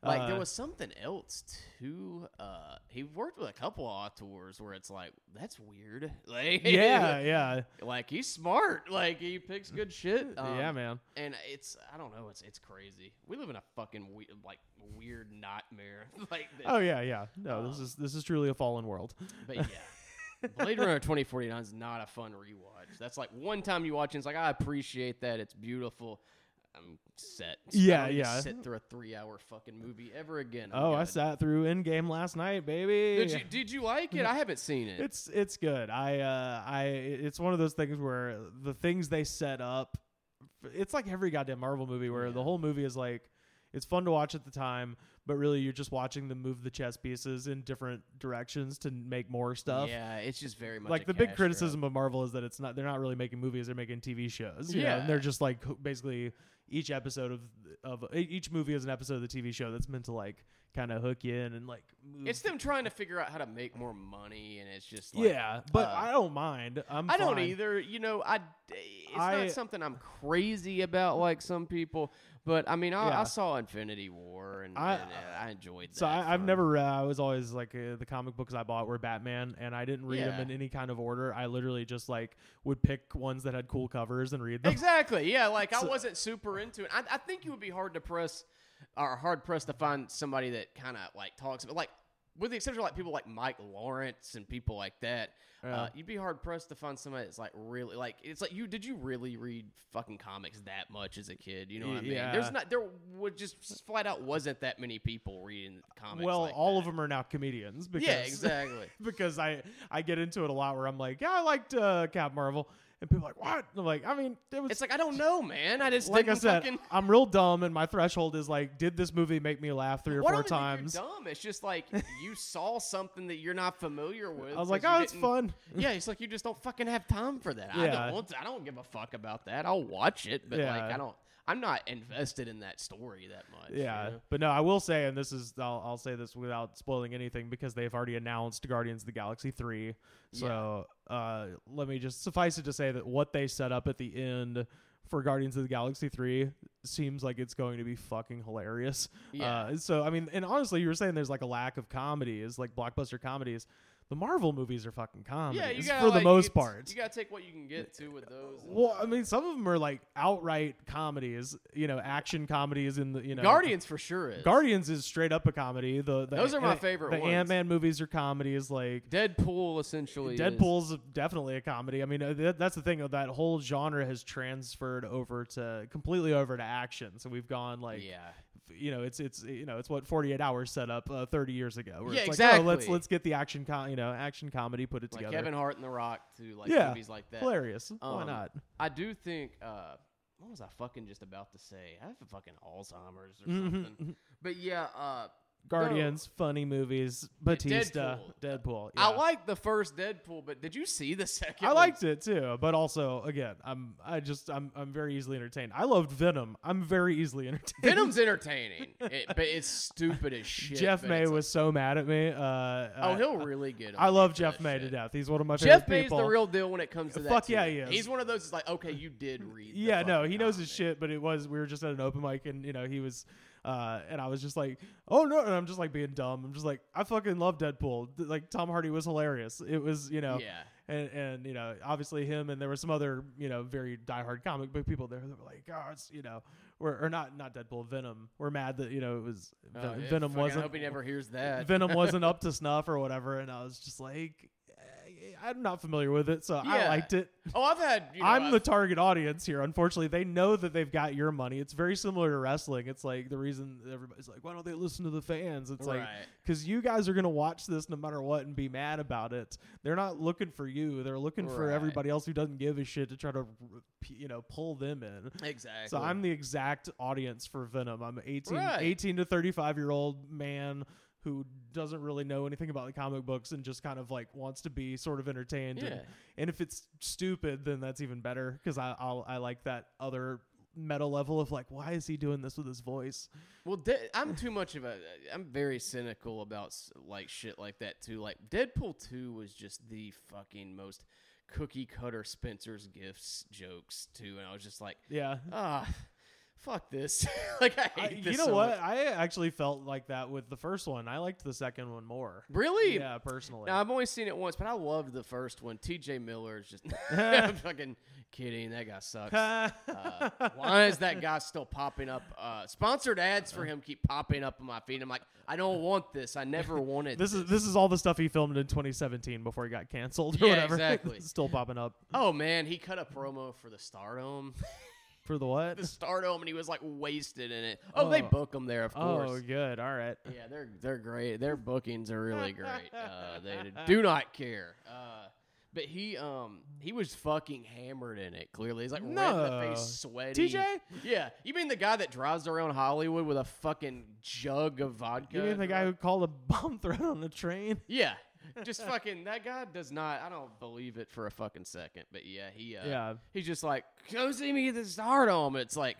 Speaker 5: Like there
Speaker 6: Uh,
Speaker 5: was something else too. Uh, he worked with a couple of auteurs where it's like that's weird. (laughs)
Speaker 6: (laughs)
Speaker 5: Like (laughs)
Speaker 6: Yeah, yeah,
Speaker 5: like he's smart. Like he picks good shit.
Speaker 6: yeah,
Speaker 5: Um,
Speaker 6: man.
Speaker 5: And it's I don't know. It's it's crazy. We live in a fucking we- like weird nightmare. (laughs) like that-
Speaker 6: Oh yeah, yeah. No, this is this is truly a fallen world.
Speaker 5: But yeah. Blade Runner 2049 is not a fun rewatch. That's like one time you watch it, it's like, I appreciate that. It's beautiful. I'm set. I
Speaker 6: Yeah,
Speaker 5: don't need to
Speaker 6: yeah.
Speaker 5: sit through a three hour fucking movie ever again. I'm
Speaker 6: Oh, I
Speaker 5: good.
Speaker 6: sat through Endgame last night, baby.
Speaker 5: Did you, did you like it? I haven't seen it.
Speaker 6: It's it's good. I uh I it's one of those things where the things they set up it's like every goddamn Marvel movie where the whole movie is like it's fun to watch at the time, but really you're just watching them move the chess pieces in different directions to make more stuff.
Speaker 5: yeah, it's just very much
Speaker 6: Like
Speaker 5: a
Speaker 6: the big
Speaker 5: cash grab.
Speaker 6: criticism of Marvel is that it's not they're not really making movies, they're making TV shows. you know,
Speaker 5: Yeah.
Speaker 6: and they're just like basically each episode of of e, each movie is an episode of the TV show that's meant to like kind of hook you in and like move
Speaker 5: It's them trying to figure out how to make more money, and it's just like,
Speaker 6: yeah, but
Speaker 5: uh,
Speaker 6: I don't mind. I'm
Speaker 5: I don't
Speaker 6: fine.
Speaker 5: either. You know, I it's
Speaker 6: I-
Speaker 5: not something I'm crazy about like some people. But I mean, I,
Speaker 6: Yeah.
Speaker 5: I saw Infinity War and and, uh,
Speaker 6: I-
Speaker 5: I, enjoyed that.
Speaker 6: So I, I've
Speaker 5: for-
Speaker 6: never read. I was always like uh, the comic books I bought were Batman, and I didn't read them
Speaker 5: Yeah.
Speaker 6: in any kind of order. I literally just like would pick ones that had cool covers and (laughs) read them.
Speaker 5: exactly. Yeah, like I wasn't super into it. I, I think you would be hard to press or hard pressed to find somebody that kind of like talks, but like with the exception of like people like Mike Lawrence and people like that, uh, you'd be hard pressed to find somebody that's like really like it's like you did you really read fucking comics that much as a kid? You know what I mean?
Speaker 6: Yeah.
Speaker 5: There's not there would just flat out wasn't that many people reading comics.
Speaker 6: well,
Speaker 5: like
Speaker 6: all
Speaker 5: that.
Speaker 6: of them are now comedians because
Speaker 5: Yeah, exactly.
Speaker 6: (laughs) because I I get into it a lot where I'm like, yeah, I liked uh, Cap Marvel, and people are like, what? And I'm like, I mean, it was
Speaker 5: It's like I don't know, man. I just
Speaker 6: like I
Speaker 5: didn't
Speaker 6: said,
Speaker 5: fucking-
Speaker 6: I'm real dumb, and my threshold is like, did this movie make me laugh three or
Speaker 5: Why
Speaker 6: four
Speaker 5: don't I
Speaker 6: times?
Speaker 5: Think you're dumb. It's just like you saw something that you're not familiar
Speaker 6: (laughs)
Speaker 5: with.
Speaker 6: I was like,
Speaker 5: 'cause you
Speaker 6: oh, it's
Speaker 5: didn't-
Speaker 6: fun.
Speaker 5: (laughs) Yeah, it's like you just don't fucking have time for that. I
Speaker 6: Yeah.
Speaker 5: don't. Want to, I don't give a fuck about that. I'll watch it, but like
Speaker 6: Yeah.
Speaker 5: I don't. I'm not invested in that story that much. you
Speaker 6: Yeah,
Speaker 5: know?
Speaker 6: but no, I will say, and this is I'll, I'll say this without spoiling anything because they've already announced Guardians of the Galaxy three. So uh, let me just suffice it to say that what they set up at the end for Guardians of the Galaxy three seems like it's going to be fucking hilarious.
Speaker 5: Yeah.
Speaker 6: Uh, so I mean, and honestly, you were saying there's like a lack of comedies, like blockbuster comedies. The Marvel movies are fucking comedies
Speaker 5: Yeah, you gotta,
Speaker 6: for the
Speaker 5: like,
Speaker 6: most
Speaker 5: it's-
Speaker 6: part.
Speaker 5: You gotta take what you can get to with those. and-
Speaker 6: well, I mean, some of them are like outright comedies, you know, action comedies in the you know
Speaker 5: Guardians for sure is.
Speaker 6: Guardians is straight up a comedy. The, the
Speaker 5: Those are my
Speaker 6: and
Speaker 5: favorite
Speaker 6: The
Speaker 5: ones.
Speaker 6: Ant Man movies are comedies. Like
Speaker 5: Deadpool essentially. is-
Speaker 6: Deadpool's definitely a comedy. I mean, uh, th- that's the thing. uh, That whole genre has transferred over to completely over to action. So we've gone like,
Speaker 5: Yeah.
Speaker 6: you know, it's it's you know, it's what Forty Eight Hours set up uh, thirty years ago. Where
Speaker 5: Yeah,
Speaker 6: it's like, oh, let's
Speaker 5: exactly.
Speaker 6: let's get the action, com- you know, action comedy, put it
Speaker 5: Like
Speaker 6: together.
Speaker 5: Kevin Hart and The Rock to like
Speaker 6: yeah,
Speaker 5: movies like that.
Speaker 6: hilarious. Why
Speaker 5: Um,
Speaker 6: not? (laughs)
Speaker 5: I do think. Uh, what
Speaker 6: Mm-hmm.
Speaker 5: was I fucking just about to say? I have a fucking Alzheimer's or something. But yeah, uh,
Speaker 6: Guardians, funny movies, Batista, Deadpool.
Speaker 5: Deadpool.
Speaker 6: yeah.
Speaker 5: I like the first Deadpool, but did you see the second?
Speaker 6: I
Speaker 5: one?
Speaker 6: liked it too, but also again, I'm I just I'm I'm very easily entertained. I loved Venom. I'm very easily entertained. (laughs)
Speaker 5: Venom's entertaining, it, but it's stupid as shit.
Speaker 6: Jeff
Speaker 5: but
Speaker 6: May
Speaker 5: it's a-
Speaker 6: was so mad at me. Uh,
Speaker 5: oh,
Speaker 6: I-
Speaker 5: he'll really get.
Speaker 6: I
Speaker 5: on
Speaker 6: love
Speaker 5: for
Speaker 6: Jeff
Speaker 5: that
Speaker 6: May to
Speaker 5: shit.
Speaker 6: death. He's one of my
Speaker 5: Jeff
Speaker 6: favorite
Speaker 5: May's
Speaker 6: people.
Speaker 5: the real (laughs) deal when it comes to that.
Speaker 6: Fuck
Speaker 5: to
Speaker 6: yeah,
Speaker 5: me.
Speaker 6: he is.
Speaker 5: He's one of those. that's like, okay, you did read. the
Speaker 6: yeah, no,
Speaker 5: fucking
Speaker 6: he knows his
Speaker 5: comic.
Speaker 6: shit, but it was we were just at an open mic and you know, he was uh and I was just like, "Oh no." And I'm just like being dumb. I'm just like, "I fucking love Deadpool." Th- Like Tom Hardy was hilarious. It was, you know,
Speaker 5: Yeah.
Speaker 6: And, and you know obviously him and there were some other you know very diehard comic book people there that were like oh it's you know we're, or not not Deadpool Venom we're mad that you know it was
Speaker 5: Oh,
Speaker 6: Ven-
Speaker 5: yeah,
Speaker 6: Venom
Speaker 5: fucking
Speaker 6: wasn't
Speaker 5: I hope he never hears that. (laughs)
Speaker 6: Venom wasn't up to snuff or whatever and I was just like eh, I'm not familiar with it so I
Speaker 5: Yeah.
Speaker 6: liked it
Speaker 5: Oh, I've had. You know,
Speaker 6: I'm
Speaker 5: I've-
Speaker 6: the target audience here. Unfortunately, they know that they've got your money. It's very similar to wrestling. It's like the reason that everybody's like, why don't they listen to the fans? It's like
Speaker 5: Right.
Speaker 6: because you guys are gonna watch this no matter what and be mad about it. They're not looking for you. They're looking for
Speaker 5: Right.
Speaker 6: everybody else who doesn't give a shit to try to, you know, pull them in.
Speaker 5: exactly.
Speaker 6: So I'm the exact audience for Venom. I'm 18,
Speaker 5: Right.
Speaker 6: 18 to 35 year old man who doesn't really know anything about the comic books and just kind of like wants to be sort of entertained. And,
Speaker 5: Yeah.
Speaker 6: and if it's stupid, then that's even better because I I'll, I like that other meta level of like, why is he doing this with his voice?
Speaker 5: Well, De- I'm too much of a. I'm very cynical about s- like shit like that too. Like Deadpool two was just the fucking most cookie cutter Spencer's gifts jokes too, and I was just like,
Speaker 6: Yeah.
Speaker 5: ah, fuck this. (laughs) like I
Speaker 6: I-
Speaker 5: hate this.
Speaker 6: you know
Speaker 5: so
Speaker 6: what?
Speaker 5: much.
Speaker 6: I actually felt like that with the first one. I liked the second one more.
Speaker 5: Really?
Speaker 6: Yeah, personally.
Speaker 5: Now I've only seen it once, but I loved the first one. T.J. Miller
Speaker 6: (laughs)
Speaker 5: is just (laughs) I'm fucking kidding. That guy sucks. Uh, why is that guy still popping up? Uh, sponsored ads
Speaker 6: Uh-huh.
Speaker 5: for him keep popping up in my feed. I'm like, I don't want this. I never wanted
Speaker 6: this is this is all the stuff he filmed in 2017 before he got canceled or
Speaker 5: Yeah,
Speaker 6: whatever. (laughs)
Speaker 5: exactly.
Speaker 6: Still popping up
Speaker 5: Oh man, he cut a promo for the Stardom,
Speaker 6: for the what?
Speaker 5: (laughs) the Stardom, and he was like wasted in it. Oh, they
Speaker 6: Oh.
Speaker 5: book him there, of course.
Speaker 6: Oh, good. All right.
Speaker 5: Yeah, they're they're great. Their bookings are really great. Uh, they d- do not care. Uh, but he um he was fucking hammered in it. Clearly, he's like red in the
Speaker 6: No.
Speaker 5: face, sweaty.
Speaker 6: TJ?
Speaker 5: Yeah, you mean the guy that drives around Hollywood with a fucking jug of vodka?
Speaker 6: You mean the
Speaker 5: in
Speaker 6: guy
Speaker 5: her-
Speaker 6: who called a bomb (laughs) threat on the train?
Speaker 5: Yeah, just fucking that guy does not. I don't believe it for a fucking second. But yeah, he uh,
Speaker 6: Yeah.
Speaker 5: he's just like go see me at the Stardom. It's like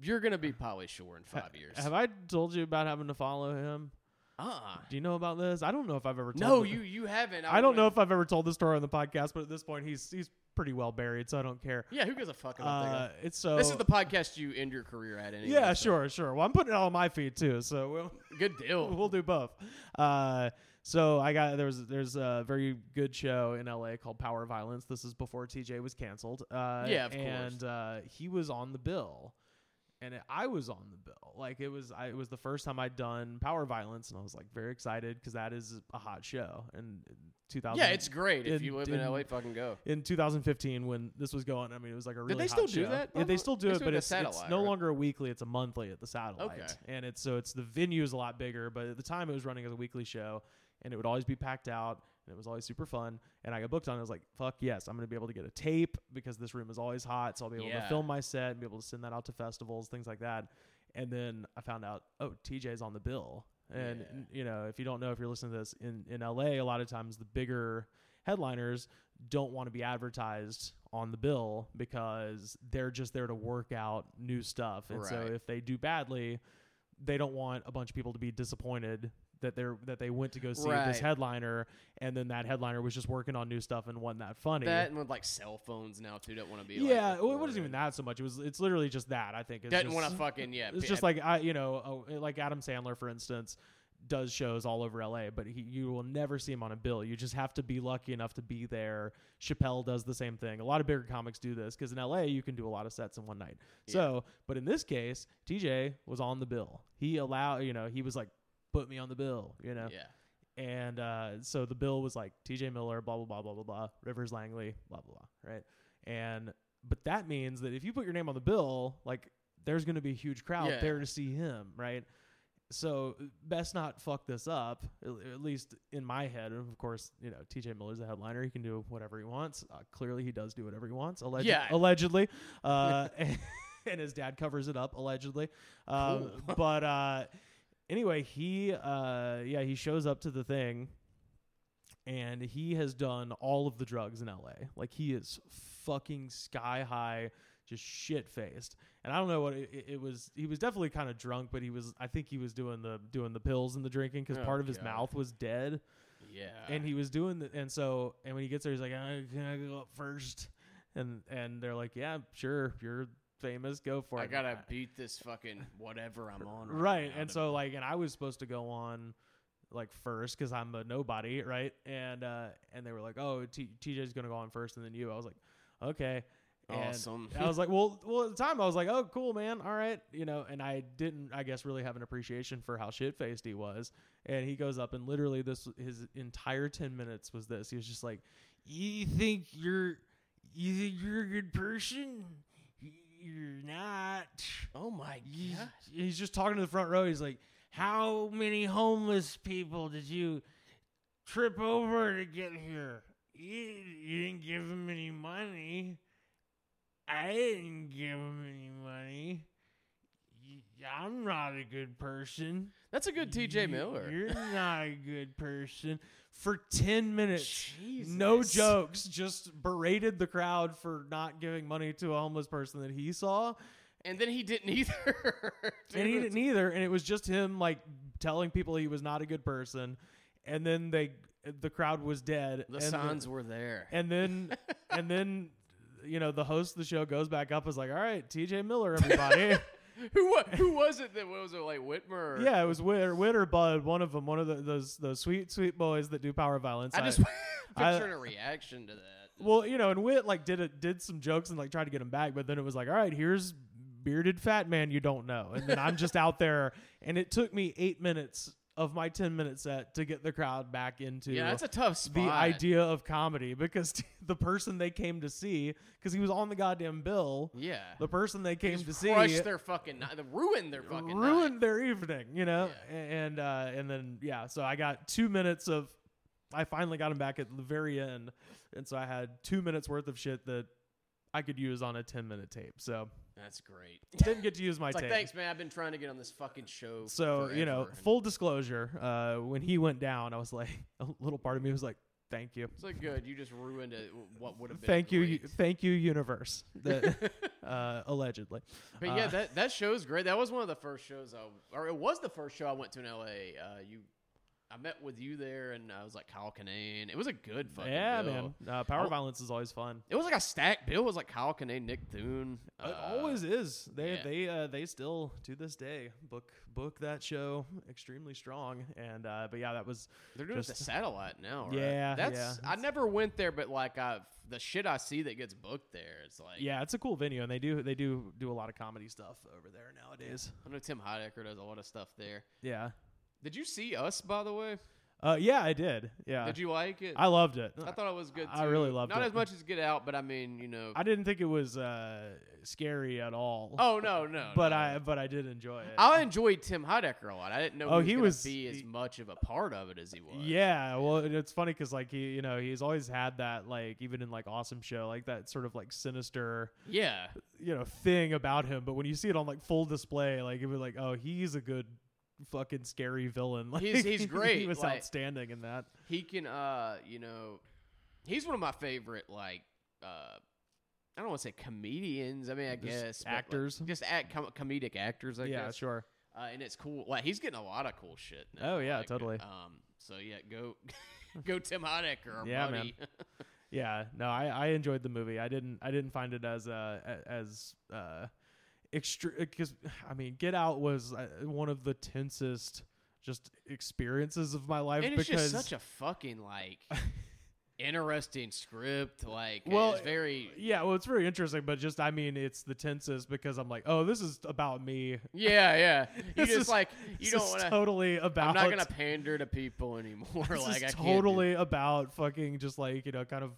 Speaker 5: you're gonna be Polly Shore in five years.
Speaker 6: Have I told you about having to follow him?
Speaker 5: uh-uh.
Speaker 6: Do you know about this? I don't know if I've ever told
Speaker 5: No,
Speaker 6: the-
Speaker 5: you you haven't.
Speaker 6: I don't
Speaker 5: wanna-
Speaker 6: know if I've ever told this story on the podcast, but at this point he's he's pretty well buried, so I don't care.
Speaker 5: Yeah, who gives a fuck about
Speaker 6: Uh,
Speaker 5: that? guy?
Speaker 6: it's so
Speaker 5: This is the podcast you end your career at. Anyway,
Speaker 6: Yeah,
Speaker 5: so
Speaker 6: sure, sure. Well, I'm putting it on my feed too, so
Speaker 5: (laughs)
Speaker 6: we'll
Speaker 5: Good deal.
Speaker 6: we'll do both. Uh, so I got there was there's a very good show in LA called Power Violence. This is before TJ was canceled. Uh,
Speaker 5: Yeah, of course.
Speaker 6: and uh, he was on the bill, and it, I was on the bill. Like it was I, it was the first time I'd done Power Violence, and I was like very excited because that is a hot show. And 2000,
Speaker 5: Yeah, it's great if
Speaker 6: in-
Speaker 5: you live in
Speaker 6: in-
Speaker 5: LA. Fucking go.
Speaker 6: in 2015 when this was going. I mean, it was like a really
Speaker 5: they
Speaker 6: hot
Speaker 5: still do
Speaker 6: show.
Speaker 5: that?
Speaker 6: Yeah, they
Speaker 5: Uh-huh.
Speaker 6: still do
Speaker 5: They
Speaker 6: it,
Speaker 5: still
Speaker 6: but
Speaker 5: do
Speaker 6: it's, it's
Speaker 5: satellite,
Speaker 6: no
Speaker 5: right?
Speaker 6: longer a weekly; it's a monthly at the satellite.
Speaker 5: Okay.
Speaker 6: and it's so it's the venue is a lot bigger, but at the time it was running as a weekly show, and it would always be packed out. And it was always super fun. And I got booked on. it. I was like, fuck yes, I'm going to be able to get a tape because this room is always hot. So I'll be able to
Speaker 5: Yeah.
Speaker 6: film my set and be able to send that out to festivals, things like that. And then I found out, oh, TJ's on the bill. And n- you know, if you don't know, if you're listening to this in in LA, a lot of times the bigger headliners don't want to be advertised on the bill because they're just there to work out new stuff. And so
Speaker 5: Right.
Speaker 6: if they do badly, they don't want a bunch of people to be disappointed that they're that they went to go see this
Speaker 5: Right.
Speaker 6: headliner and then that headliner was just working on new stuff and wasn't that funny.
Speaker 5: That and with like cell phones now too. Don't want to be. like,
Speaker 6: yeah, well, it wasn't
Speaker 5: recorded.
Speaker 6: even that so much. It was it's literally just that I think. It's
Speaker 5: Doesn't
Speaker 6: just-
Speaker 5: want to fucking yeah.
Speaker 6: it's
Speaker 5: p-
Speaker 6: just like I, you know, uh, like Adam Sandler, for instance, does shows all over LA, but he, you will never see him on a bill. You just have to be lucky enough to be there. Chappelle does the same thing. A lot of bigger comics do this because in LA you can do a lot of sets in one night. So, but in this case, TJ was on the bill. He allowed, you know, he was like, put me on the bill, you know.
Speaker 5: yeah.
Speaker 6: And uh, so the bill was like TJ Miller, blah, blah, blah, blah, blah, blah, Rivers Langley, blah, blah, blah, right? And, but that means that if you put your name on the bill, like there's going to be a huge crowd
Speaker 5: Yeah.
Speaker 6: there to see him, right? So best not fuck this up, at at least in my head. And of course, you know, TJ Miller's a headliner. He can do whatever he wants. Uh, clearly, he does do whatever he wants, alleged-
Speaker 5: Yeah.
Speaker 6: allegedly.
Speaker 5: (laughs)
Speaker 6: (laughs) Uh, and his dad covers it up, allegedly. Um, But, uh, Anyway, he uh yeah, he shows up to the thing and he has done all of the drugs in LA. Like he is fucking sky high, just shit faced. And I don't know what it, it- it was. He was definitely kind of drunk, but he was. I think he was doing the doing the pills and the drinking because
Speaker 5: Oh,
Speaker 6: part of his
Speaker 5: God.
Speaker 6: mouth was dead,
Speaker 5: Yeah.
Speaker 6: and he was doing the. And so, and when he gets there, he's like, I, "Can I go up first? And and they're like, "Yeah, sure, you're famous, go for it."
Speaker 5: I
Speaker 6: And
Speaker 5: gotta beat this fucking whatever I'm on.
Speaker 6: right
Speaker 5: now
Speaker 6: and
Speaker 5: to-
Speaker 6: so like and i was supposed to go on like first because i'm a nobody right and uh and they were like oh T- tj's gonna go on first and then you i was like okay And
Speaker 5: Awesome.
Speaker 6: i was like well well at the time i was like oh cool man all right you know and i didn't i guess really have an appreciation for how shit-faced he was and he goes up and literally this his entire 10 minutes was this he was just like you think you're you think you're a good person you're not
Speaker 5: (laughs) oh my
Speaker 6: He's,
Speaker 5: god.
Speaker 6: he's just talking to the front row. He's like, "How many homeless people did you trip over to get here? You, you didn't give them any money. I didn't give them any money. Y- I'm not a good person.
Speaker 5: That's a good TJ Miller.
Speaker 6: You're
Speaker 5: (laughs)
Speaker 6: not a good person." For ten minutes, no
Speaker 5: Jesus.
Speaker 6: jokes, just berated the crowd for not giving money to a homeless person that he saw.
Speaker 5: and then he didn't (laughs) either.
Speaker 6: and he
Speaker 5: Dude,
Speaker 6: didn't e- either and it was just him like telling people he was not a good person and then they the crowd was dead
Speaker 5: The
Speaker 6: and
Speaker 5: signs
Speaker 6: the,
Speaker 5: were there.
Speaker 6: (laughs) and then and then you know the host of the show goes back up and is like all right tj miller
Speaker 5: (laughs)
Speaker 6: everybody (laughs)
Speaker 5: who wa- who was it that was it like Whitmer? or-
Speaker 6: yeah it was wit or, Whit or bud one of them one of the, those those sweet sweet boys that do power violence
Speaker 5: I just (laughs)
Speaker 6: I-
Speaker 5: pictured a reaction to that.
Speaker 6: well you know and wit like did it did some jokes and like tried to get him back but then it was like all right here's bearded fat man you don't know and then i'm just out (laughs) there and it took me eight minutes of my 10 minute set to get the crowd back into
Speaker 5: Yeah, that's a tough spot.
Speaker 6: the idea of comedy because (laughs) the person they came to see because he was on the goddamn bill
Speaker 5: Yeah.
Speaker 6: the person they came
Speaker 5: Just
Speaker 6: to see
Speaker 5: crushed their fucking night. Ruined their fucking
Speaker 6: ruined
Speaker 5: night.
Speaker 6: their evening, you know.
Speaker 5: Yeah.
Speaker 6: And uh, and then yeah, so I got two minutes of. I finally got him back at the very end, and so I had two minutes worth of shit that I could use on a ten minute tape.
Speaker 5: (laughs)
Speaker 6: So
Speaker 5: That's great.
Speaker 6: didn't get to use my
Speaker 5: It's like,
Speaker 6: tape.
Speaker 5: thanks, man. I've been trying to get on this fucking show.
Speaker 6: So you know,
Speaker 5: forever." And
Speaker 6: full disclosure, uh, when he went down, I was like, (laughs) a little part of me was like, thank you.
Speaker 5: It's like good. You just ruined it. What would have been?
Speaker 6: Thank you, you,
Speaker 5: great.
Speaker 6: thank you, universe. (laughs)
Speaker 5: (laughs)
Speaker 6: That, uh, allegedly,
Speaker 5: But yeah,
Speaker 6: Uh,
Speaker 5: that that show's great. That was one of the first shows I, or it was the first show I went to in L.A. Uh, you, I met with you there, and I was like Kyle Kinane. It was a good fucking
Speaker 6: yeah,
Speaker 5: bill.
Speaker 6: man. Uh, power
Speaker 5: I'll-
Speaker 6: violence is always fun.
Speaker 5: It was like a stacked bill. It was like Kyle Kinane, Nick Thune.
Speaker 6: It
Speaker 5: uh,
Speaker 6: always is. They
Speaker 5: yeah.
Speaker 6: they uh, they still to this day book book that show extremely strong. And uh, but yeah, that was
Speaker 5: They're doing it
Speaker 6: just-
Speaker 5: the satellite now, right?
Speaker 6: Yeah,
Speaker 5: that's.
Speaker 6: yeah.
Speaker 5: I never went there, but like I, the shit I see that gets booked there, it's like
Speaker 6: yeah, it's a cool venue, and they do they do do a lot of comedy stuff over there nowadays.
Speaker 5: I know Tim Heidecker does a lot of stuff there.
Speaker 6: Yeah,
Speaker 5: Did you see us by the way?
Speaker 6: uh, yeah, I did. Yeah,
Speaker 5: Did you like it?
Speaker 6: Uh, I loved it.
Speaker 5: I thought it was good. Too.
Speaker 6: I really loved
Speaker 5: Not
Speaker 6: it.
Speaker 5: as much as Get Out, but I mean, you know.
Speaker 6: I didn't think it was uh, scary at all.
Speaker 5: oh no, no.
Speaker 6: but
Speaker 5: no.
Speaker 6: I but I did enjoy it.
Speaker 5: I enjoyed Tim Heidecker a lot. I didn't know
Speaker 6: Oh,
Speaker 5: he
Speaker 6: he
Speaker 5: was,
Speaker 6: was-
Speaker 5: going to be as
Speaker 6: he-
Speaker 5: much of a part of it as he was.
Speaker 6: Yeah, well, and it's funny because like he, you know, he's always had that like even in like awesome show like that sort of like sinister
Speaker 5: yeah,
Speaker 6: you know thing about him but when you see it on like full display like it was like oh he's a good fucking scary villain (laughs) like
Speaker 5: He's- he's great,
Speaker 6: he was
Speaker 5: like-
Speaker 6: outstanding in that
Speaker 5: he can. Uh, you know, he's one of my favorite. Like, uh, I don't want to say comedians. I mean, I
Speaker 6: Just
Speaker 5: guess but, like,
Speaker 6: actors.
Speaker 5: just act com- comedic actors. I
Speaker 6: yeah
Speaker 5: guess.
Speaker 6: sure
Speaker 5: Uh, and it's cool. Like he's getting a lot of cool shit. Now.
Speaker 6: Oh, yeah,
Speaker 5: Like,
Speaker 6: totally.
Speaker 5: Um. So yeah, go, (laughs) go Tim Heidecker, our
Speaker 6: Yeah,
Speaker 5: buddy.
Speaker 6: yeah no i i enjoyed the movie i didn't i didn't find it as uh a- as uh extra because i mean get out was uh, one of the tensest just experiences of my life
Speaker 5: and it's
Speaker 6: because
Speaker 5: just such a fucking
Speaker 6: (laughs)
Speaker 5: like interesting script. Like,
Speaker 6: Well,
Speaker 5: it's very
Speaker 6: yeah, well, it's very interesting, but just I mean, it's the tensest because I'm like, oh, this is about me. (laughs)
Speaker 5: Yeah, yeah. You
Speaker 6: This
Speaker 5: just
Speaker 6: is-
Speaker 5: like
Speaker 6: this
Speaker 5: you don't
Speaker 6: is
Speaker 5: want to.
Speaker 6: totally about.
Speaker 5: I'm not gonna pander to people anymore.
Speaker 6: This
Speaker 5: (laughs) like
Speaker 6: is
Speaker 5: I
Speaker 6: totally about fucking just like you know kind of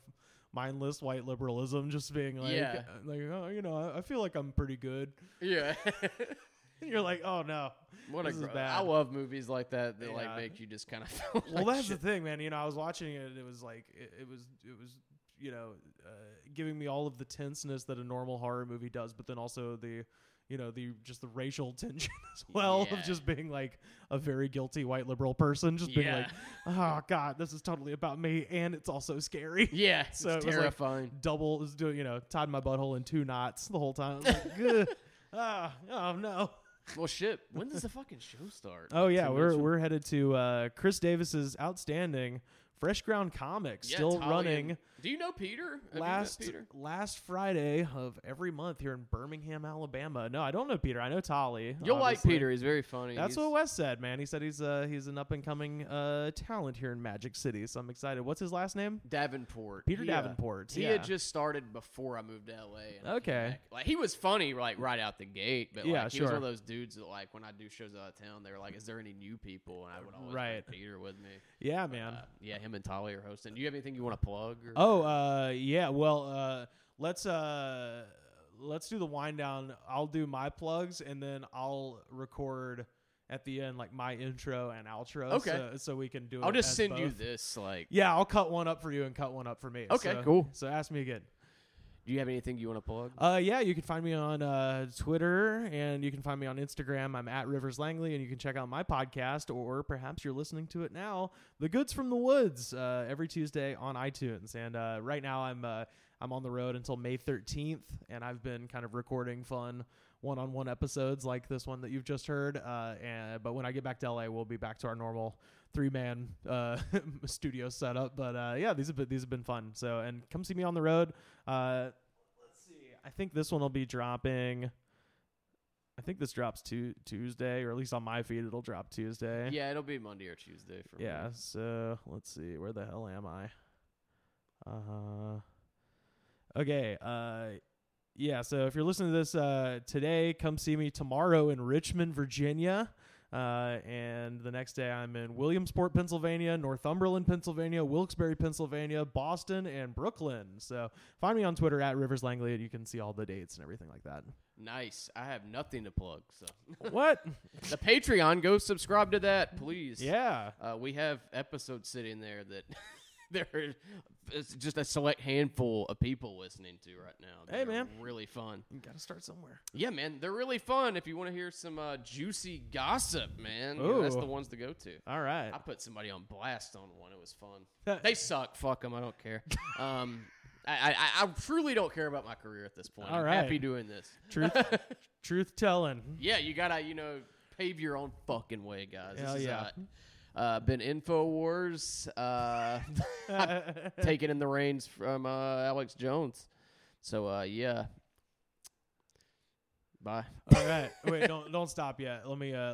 Speaker 6: mindless white liberalism, just being like,
Speaker 5: Yeah.
Speaker 6: like oh, you know, I, I feel like I'm pretty good. (laughs)
Speaker 5: Can't do. Yeah. (laughs)
Speaker 6: And you're like, oh no,
Speaker 5: what
Speaker 6: this
Speaker 5: a
Speaker 6: is
Speaker 5: gross.
Speaker 6: bad.
Speaker 5: I love movies like that that like
Speaker 6: Yeah.
Speaker 5: make you just kind of (laughs) feel.
Speaker 6: well,
Speaker 5: like
Speaker 6: that's
Speaker 5: shit.
Speaker 6: the thing, man. You know, I was watching it, and it was like it, it was it was you know uh, giving me all of the tenseness that a normal horror movie does, but then also the you know the just the racial (laughs) tension as well
Speaker 5: Yeah.
Speaker 6: of just being like a very guilty white liberal person, just being like, oh god, this is totally about me, and it's also
Speaker 5: (laughs)
Speaker 6: scary.
Speaker 5: Yeah,
Speaker 6: so
Speaker 5: it's
Speaker 6: it was like
Speaker 5: terrifying.
Speaker 6: (laughs) double is doing you know tied my butthole in two knots the whole time. I was like, (laughs) "Gah, ah, oh no.
Speaker 5: well, shit. When does the fucking show start?
Speaker 6: Oh
Speaker 5: Like,
Speaker 6: yeah,
Speaker 5: two
Speaker 6: we're
Speaker 5: minutes from-
Speaker 6: we're headed to uh, Chris Davis's outstanding Fresh Ground Comics
Speaker 5: Yeah,
Speaker 6: still
Speaker 5: Tali and-
Speaker 6: running.
Speaker 5: Do you know Peter? Have you met
Speaker 6: last
Speaker 5: Peter?
Speaker 6: last Friday of every month here in Birmingham, Alabama. No, I don't know Peter. I know Tolly.
Speaker 5: You'll like
Speaker 6: obviously.
Speaker 5: Peter. He's very funny.
Speaker 6: That's
Speaker 5: He's-
Speaker 6: what Wes said, man. He said he's uh he's an up and coming uh talent here in Magic City. So I'm excited. What's his last name?
Speaker 5: Davenport.
Speaker 6: Peter
Speaker 5: He, uh,
Speaker 6: Davenport.
Speaker 5: He
Speaker 6: yeah.
Speaker 5: had just started before I moved to LA. and I came
Speaker 6: Okay.
Speaker 5: back. Like he was funny, like right out the gate. But
Speaker 6: Yeah,
Speaker 5: like, he was one
Speaker 6: sure.
Speaker 5: of those dudes that like when I do shows out of town, they were like, "Is there any new people?" And I would always bring
Speaker 6: Right.
Speaker 5: Peter with me.
Speaker 6: yeah, man.
Speaker 5: Uh, yeah, him and Tolly are hosting. Do you have anything you want to plug?
Speaker 6: Oh,
Speaker 5: Or
Speaker 6: uh, yeah. Well, uh, let's uh, let's do the wind down. I'll do my plugs, and then I'll record at the end like my intro and outro.
Speaker 5: Okay.
Speaker 6: So, so we can do.
Speaker 5: I'll
Speaker 6: it
Speaker 5: just
Speaker 6: as
Speaker 5: send you
Speaker 6: both.
Speaker 5: this. Like,
Speaker 6: Yeah, I'll cut one up for you and cut one up for me.
Speaker 5: Okay,
Speaker 6: So-
Speaker 5: cool.
Speaker 6: So ask me again.
Speaker 5: do you have anything you want to plug?
Speaker 6: Uh, yeah, you can find me on uh, Twitter and you can find me on Instagram. I'm at Rivers Langley, and you can check out my podcast, or perhaps you're listening to it now, The Goods from the Woods, uh, every Tuesday on iTunes. And uh, right now, I'm uh, I'm on the road until May 13th, and I've been kind of recording fun one-on-one episodes like this one that you've just heard. Uh, and but when I get back to LA, we'll be back to our normal three-man uh, (laughs) studio setup. But uh, yeah, these have been, these have been fun. So and come see me on the road. Uh, I think this one will be dropping. I think this drops tu- Tuesday, or at least on my feed, it'll drop Tuesday.
Speaker 5: yeah, it'll be Monday or Tuesday for me.
Speaker 6: Yeah. So let's see. Where the hell am I? Uh. Okay. Uh. Yeah. So if you're listening to this uh, today, come see me tomorrow in Richmond, Virginia. Uh, and the next day, I'm in Williamsport, Pennsylvania, Northumberland, Pennsylvania, Wilkes-Barre, Pennsylvania, Boston, and Brooklyn. So find me on Twitter at Rivers Langley. and You can see all the dates and everything like (laughs) that.
Speaker 5: Nice. I have nothing to plug. So (laughs)
Speaker 6: what?
Speaker 5: the Patreon, go subscribe to that, please.
Speaker 6: Yeah.
Speaker 5: Uh, we have episodes sitting there that (laughs) there are it's just a select handful of people listening to right now. that
Speaker 6: Hey,
Speaker 5: are
Speaker 6: man.
Speaker 5: really fun.
Speaker 6: You gotta start somewhere.
Speaker 5: Yeah, man, they're really fun. If you want to hear some uh, juicy gossip, man, you know, that's
Speaker 6: Ooh.
Speaker 5: the ones to go to.
Speaker 6: All right.
Speaker 5: I put somebody on blast on one. It was fun. they suck. Fuck them. I don't
Speaker 6: (laughs)
Speaker 5: care. Um, I, I, I truly don't care about my career at this point.
Speaker 6: All
Speaker 5: I'm
Speaker 6: right.
Speaker 5: happy doing this.
Speaker 6: (laughs) Truth, (laughs) truth telling.
Speaker 5: Yeah, you gotta, you know, pave your own fucking way, guys.
Speaker 6: Hell
Speaker 5: this is,
Speaker 6: yeah.
Speaker 5: uh, uh, been InfoWars,
Speaker 6: (laughs)
Speaker 5: uh, taking in the reins from uh, Alex Jones. So, uh, yeah. Bye.
Speaker 6: All right. Wait, don't don't stop yet. Let me uh